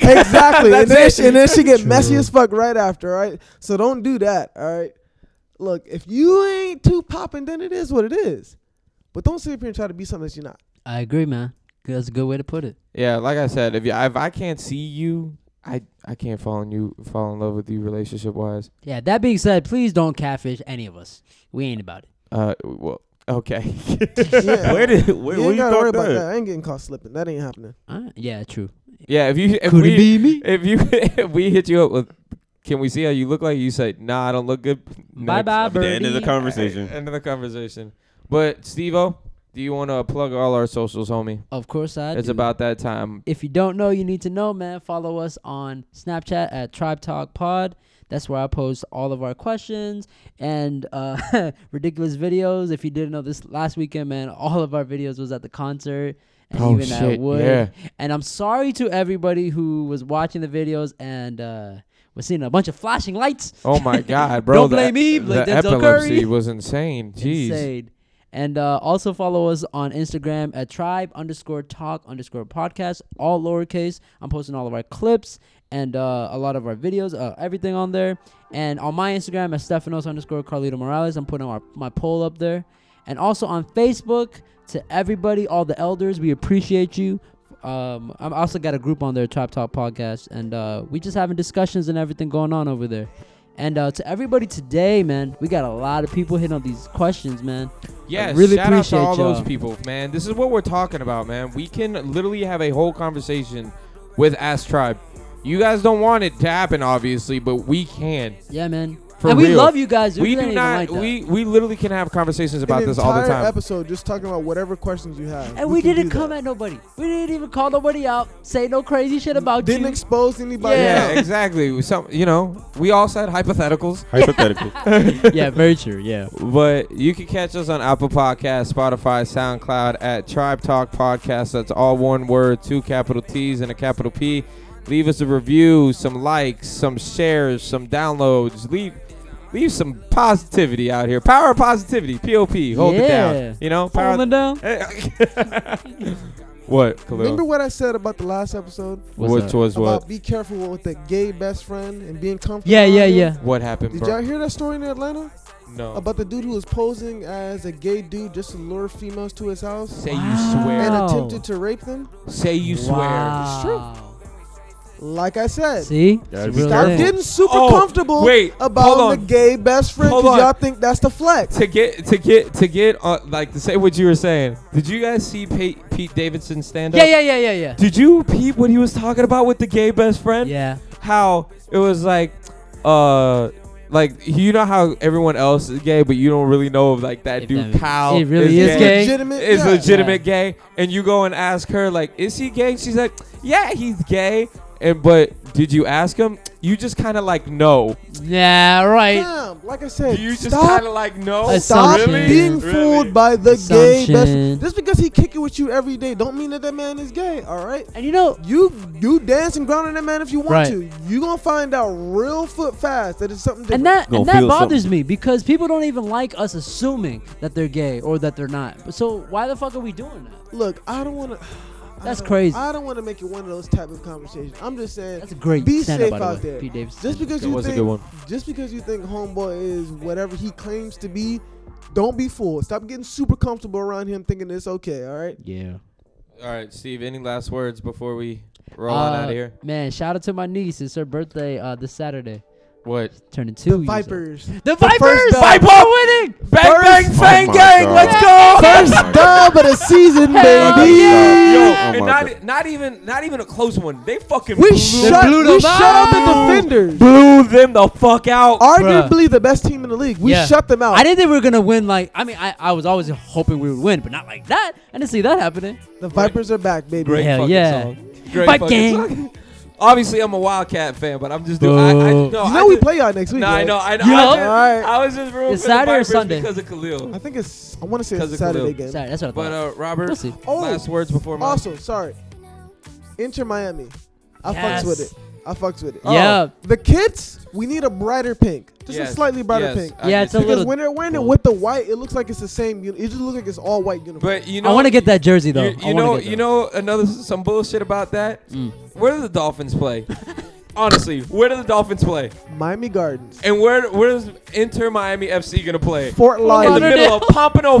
Exactly, and, then, That's she- and then she get messy True. as fuck right after. All right, so don't do that. All right, look, if you ain't too popping, then it is what it is. But don't sit up here and try to be something that you're not. I agree, man. That's a good way to put it. Yeah, like I said, if you, if I can't see you, I I can't fall in you fall in love with you relationship wise. Yeah. That being said, please don't catfish any of us. We ain't about it. Uh, well, okay. Yeah. where did where, you where ain't you gotta worry thought about that? that. I ain't getting caught slipping. That ain't happening. Uh, yeah, true. yeah, if you if Could we it be me? if you if we hit you up with, can we see how you look like? You say, nah, I don't look good. Bye, bye, That'd uh, be birdie. the end of the conversation. End of the conversation. But Steve-O, do you want to plug all our socials, homie? Of course, I. it's do. about that time. If you don't know, you need to know, man. Follow us on Snapchat at Tribe Talk Pod. That's where I post all of our questions and uh, ridiculous videos. If you didn't know this last weekend, man, all of our videos was at the concert and Oh, even at shit, Wood. yeah. And I'm sorry to everybody who was watching the videos and uh, was seeing a bunch of flashing lights. Oh my God, bro! Don't the- blame me, The blame Denzel epilepsy Curry. was insane. Jeez. Insane. And uh, also follow us on Instagram at tribe underscore talk underscore podcast, all lowercase. I'm posting all of our clips and uh, a lot of our videos, uh, everything on there. And on my Instagram at Stephanos underscore Carlito Morales, I'm putting our, my poll up there. And also on Facebook to everybody, all the elders, we appreciate you. Um, I've also got a group on there, Tribe Talk Podcast, and uh, we just having discussions and everything going on over there. And uh, to everybody today, man, we got a lot of people hitting on these questions, man. Yes, really shout out to appreciate all y'all. those people, man. This is what we're talking about, man. We can literally have a whole conversation with Ass Tribe. You guys don't want it to happen, obviously, but we can. Yeah, man. For and we real. love you guys. we really do ain't even not. like that. we we literally can have conversations about An this all the entire time. Episode just talking about whatever questions you have. and we, can didn't do come that. at nobody. We didn't even call nobody out. Say no crazy shit about Didn't you. expose anybody. yeah, else. exactly. Some, you know, we all said hypotheticals, Hypothetical. yeah, very true. Yeah. but you can catch us on Apple Podcasts, Spotify, SoundCloud at Tribe Talk Podcast. That's all one word, two capital T's and a capital P. Leave us a review, some likes, some shares, some downloads. Leave leave some positivity out here. Power of positivity, POP. Hold it Yeah. down. You know, power. Falling down. what, Khalil? Remember what I said about the last episode? Which was what? About be careful with the gay best friend and being comfortable. Yeah, yeah, around yeah. him? What happened, Did bro? y'all hear that story in Atlanta no. about the dude who was posing as a gay dude just to lure females to his house Say you Wow. swear. and Wow. attempted to rape them? Say you swear. wow. It's Like I said, See? Yeah, It's be a real stop careful. thing. getting super Oh, comfortable wait, hold about the on. gay best friend Hold because on. y'all think that's the flex. to get to get to get uh, like to say what you were saying. Did you guys see Pete, Pete Davidson stand up? Yeah, yeah, yeah, yeah, yeah. Did you peep what he was talking about with the gay best friend? Yeah. How it was like, uh, like you know how everyone else is gay, but you don't really know if like that If dude that- Kyle it really is gay. Legitimate, is yeah. legitimate gay, and you go and ask her like, is he gay? She's like, yeah, he's gay. And but did you ask him? You just kind of like no. Yeah, right. Damn, like I said, You just stop kind of like no. Oh, Stop Assumption. being Really? fooled by the gay Assumption. best. Just because he kick it with you every day, don't mean that that man is gay. All right, And you know, you you dance and ground on that man if you want Right. to. You gonna find out real foot fast that it's something different. and that Gonna and that feel bothers something. me because people don't even like us assuming that they're gay or that they're not. But So why the fuck are we doing that? Look, I don't want to. That's crazy. I don't want to make it one of those type of conversations. I'm just saying, That's a great be stand-up, safe by the out way, there. Pete Davidson. Just because That you was a think, good one. just because you think homeboy is whatever he claims to be, don't be fooled. Stop getting super comfortable around him, thinking it's okay. All right. Yeah. All right, Steve. Any last words before we roll on Uh, out of here? Man, shout out to my niece. It's her birthday uh, this Saturday. What? Turning two. years old. Vipers. The first Vipers. dub. Viper winning. Bang bang First- bang Oh my gang, God. let's go! First dub of the season, Hell baby. yeah. Yo, Oh and my not, e, God. not even not even a close one. They fucking We blew, shut, blew them we shut out. out the defenders. blew them the fuck out. Arguably the best team in the league. We Yeah. shut them out. I didn't think we were gonna win. Like, I mean, I, I was always hoping we would win, but not like that. I didn't see that happening. the Vipers are back, baby. Great Hell fucking yeah. song. Great Fight fucking gang. song. Obviously, I'm a Wildcat fan, but I'm just doing. I, I, Boo. no, You I know we just- play y'all next week. Nah, I right? know. I, know. Yo. I, just, Alright. I was just rooting It's for Saturday or the Vipers Sunday? because of Khalil. I think it's. I want to say Because it's of Saturday Khalil. game. Sorry, that's what I thought. But uh, Robert, We'll see. Oh, last words before my Also, sorry. Enter Miami. I Yes. fucks with it. I fucks with it. Uh, Oh. yeah, The kids, we need a brighter pink. Just Yes, a slightly brighter yes, pink. I Yeah, get it's a you. Because little- when they're wearing it blue. with the white, it looks like it's the same. uni- It just looks like it's all white uniform. But you know, I want to get that jersey though. You, you know, you know, another some bullshit about that. Mm. Where do the Dolphins play? Honestly, where do the Dolphins play? Miami Gardens, And where where's Inter Miami FC gonna play? Fort In the Lauderdale. middle of Pompano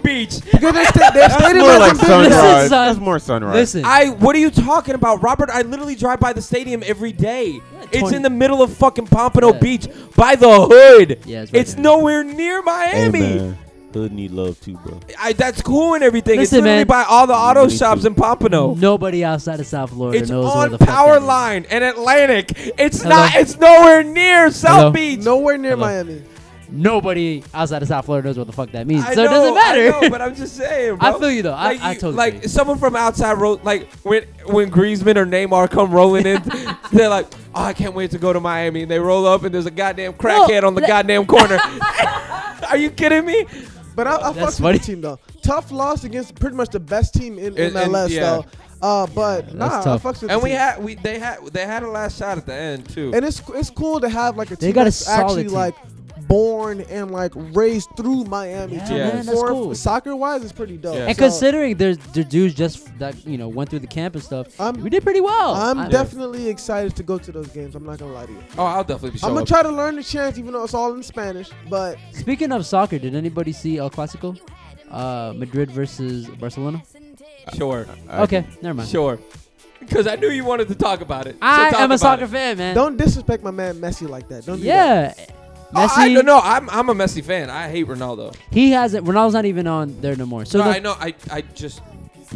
Beach. Because they sta- their stadium More hasn't like been sunrise. son. That's more sunrise. Listen, I what are you talking about, Robert? I literally drive by the stadium every day. It's 20 in the middle of fucking Pompano Yeah. Beach by the hood. Yeah, it's right there. nowhere near Hey, Miami. man, Hood need love too, bro. I, that's cool and everything. it's Listen, literally man. by all the auto Me too. shops in Pompano. nobody outside of South Florida It's knows where on the fuck Power that is. Line and Atlantic. It's Hello? not. It's nowhere near South Hello? Beach. nowhere near Hello. Miami. Nobody outside of South Florida knows what the fuck that means. I so know, it doesn't matter. I know, but I'm just saying. I bro. feel you, though. I- Like, I totally like agree. someone from outside road. Like when when Griezmann or Neymar come rolling in, they're like, "Oh, I can't wait to go to Miami." And they roll up, and there's a goddamn crackhead on the that- goddamn corner. Are you kidding me? But I, I That's fucks with funny. the team though. Tough loss against pretty much the best team in And- and, MLS yeah. though. Uh, but nah, tough. I fucks with the And we team. had we they had they had a last shot at the end too. and it's it's cool to have like a They team got a that's solid actually team. like born and like raised through Miami Yeah, too. man, that's cool. Soccer wise, it's pretty dope. Yeah. And So, considering there's the dudes just that you know went through the camp and stuff, I'm- Um, we did pretty well. I'm I- definitely excited to go to those games. I'm not gonna lie to you. oh, I'll definitely be. I'm showing gonna up. try to learn the chance, even though it's all in Spanish. But Speaking of soccer, did anybody see El Clasico? Uh, Madrid versus Barcelona. Sure, okay, never mind. sure. Because I knew you wanted to talk about it. So I talk am a about soccer it. fan, man. don't disrespect my man Messi like that. Don't do that. yeah, Oh, Messi. I don't know. I'm I'm a Messi fan. I hate Ronaldo. He hasn't. Ronaldo's not even on there no more. So no, the- I know. I I just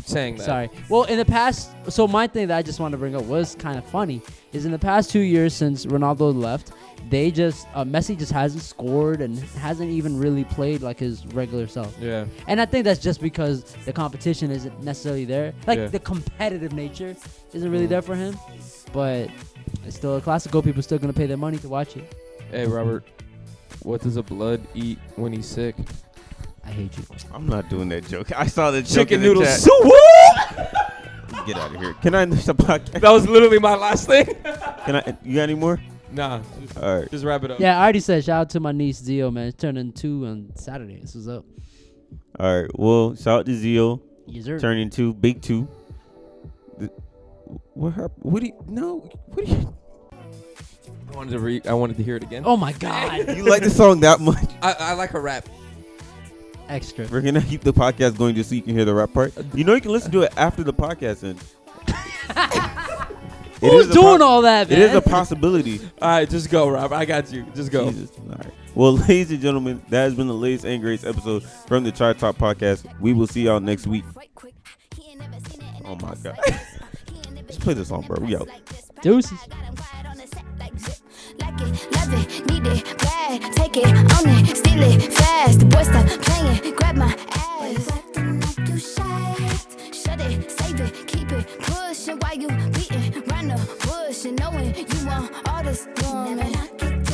saying that. Sorry. Well, in the past, so my thing that I just wanted to bring up was kind of funny is in the past two years since Ronaldo left, they just uh, Messi just hasn't scored and hasn't even really played like his regular self. Yeah. And I think that's just because the competition isn't necessarily there. Like Yeah. the competitive nature isn't Mm-hmm. really there for him. But it's still a classical. People still gonna pay their money to watch it. Hey Robert, what does a blood eat when he's sick? I hate you. I'm not doing that joke. I saw the joke Chicken in the noodle chat. soup. Woo! Get out of here. Can I end the podcast? That was literally my last thing. Can I? You got any more? nah, just, All right. just wrap it up. Yeah, I already said shout out to my niece Zio, man. Turning two on Saturday. This is up. All right. Well, shout out to Zio. Yes, sir. Turning two, big two. Th- What happened? What do you? No. What do you? I wanted to re- I wanted to hear it again. Oh my God. You like the song that much? I, I like a rap. Extra. We're gonna keep the podcast going just so you can hear the rap part. You know you can listen to it after the podcast ends. It Who's is a doing pos- all that, It man? is a possibility. All right, just go, Rob. I got you. Just go. Jesus. All right. Well, ladies and gentlemen, that has been the latest and greatest episode from the Chart Top Podcast. We will see y'all next week. Oh my god. Uh, Let's play this song, bro. We out. Deuces. Like it, love it, need it, bad. Take it, own it, steal it, fast. The boy stop playing, grab my ass. Like you shite? Shut it, save it, keep it, pushing. Why you beating round the bush and knowing you want all this woman?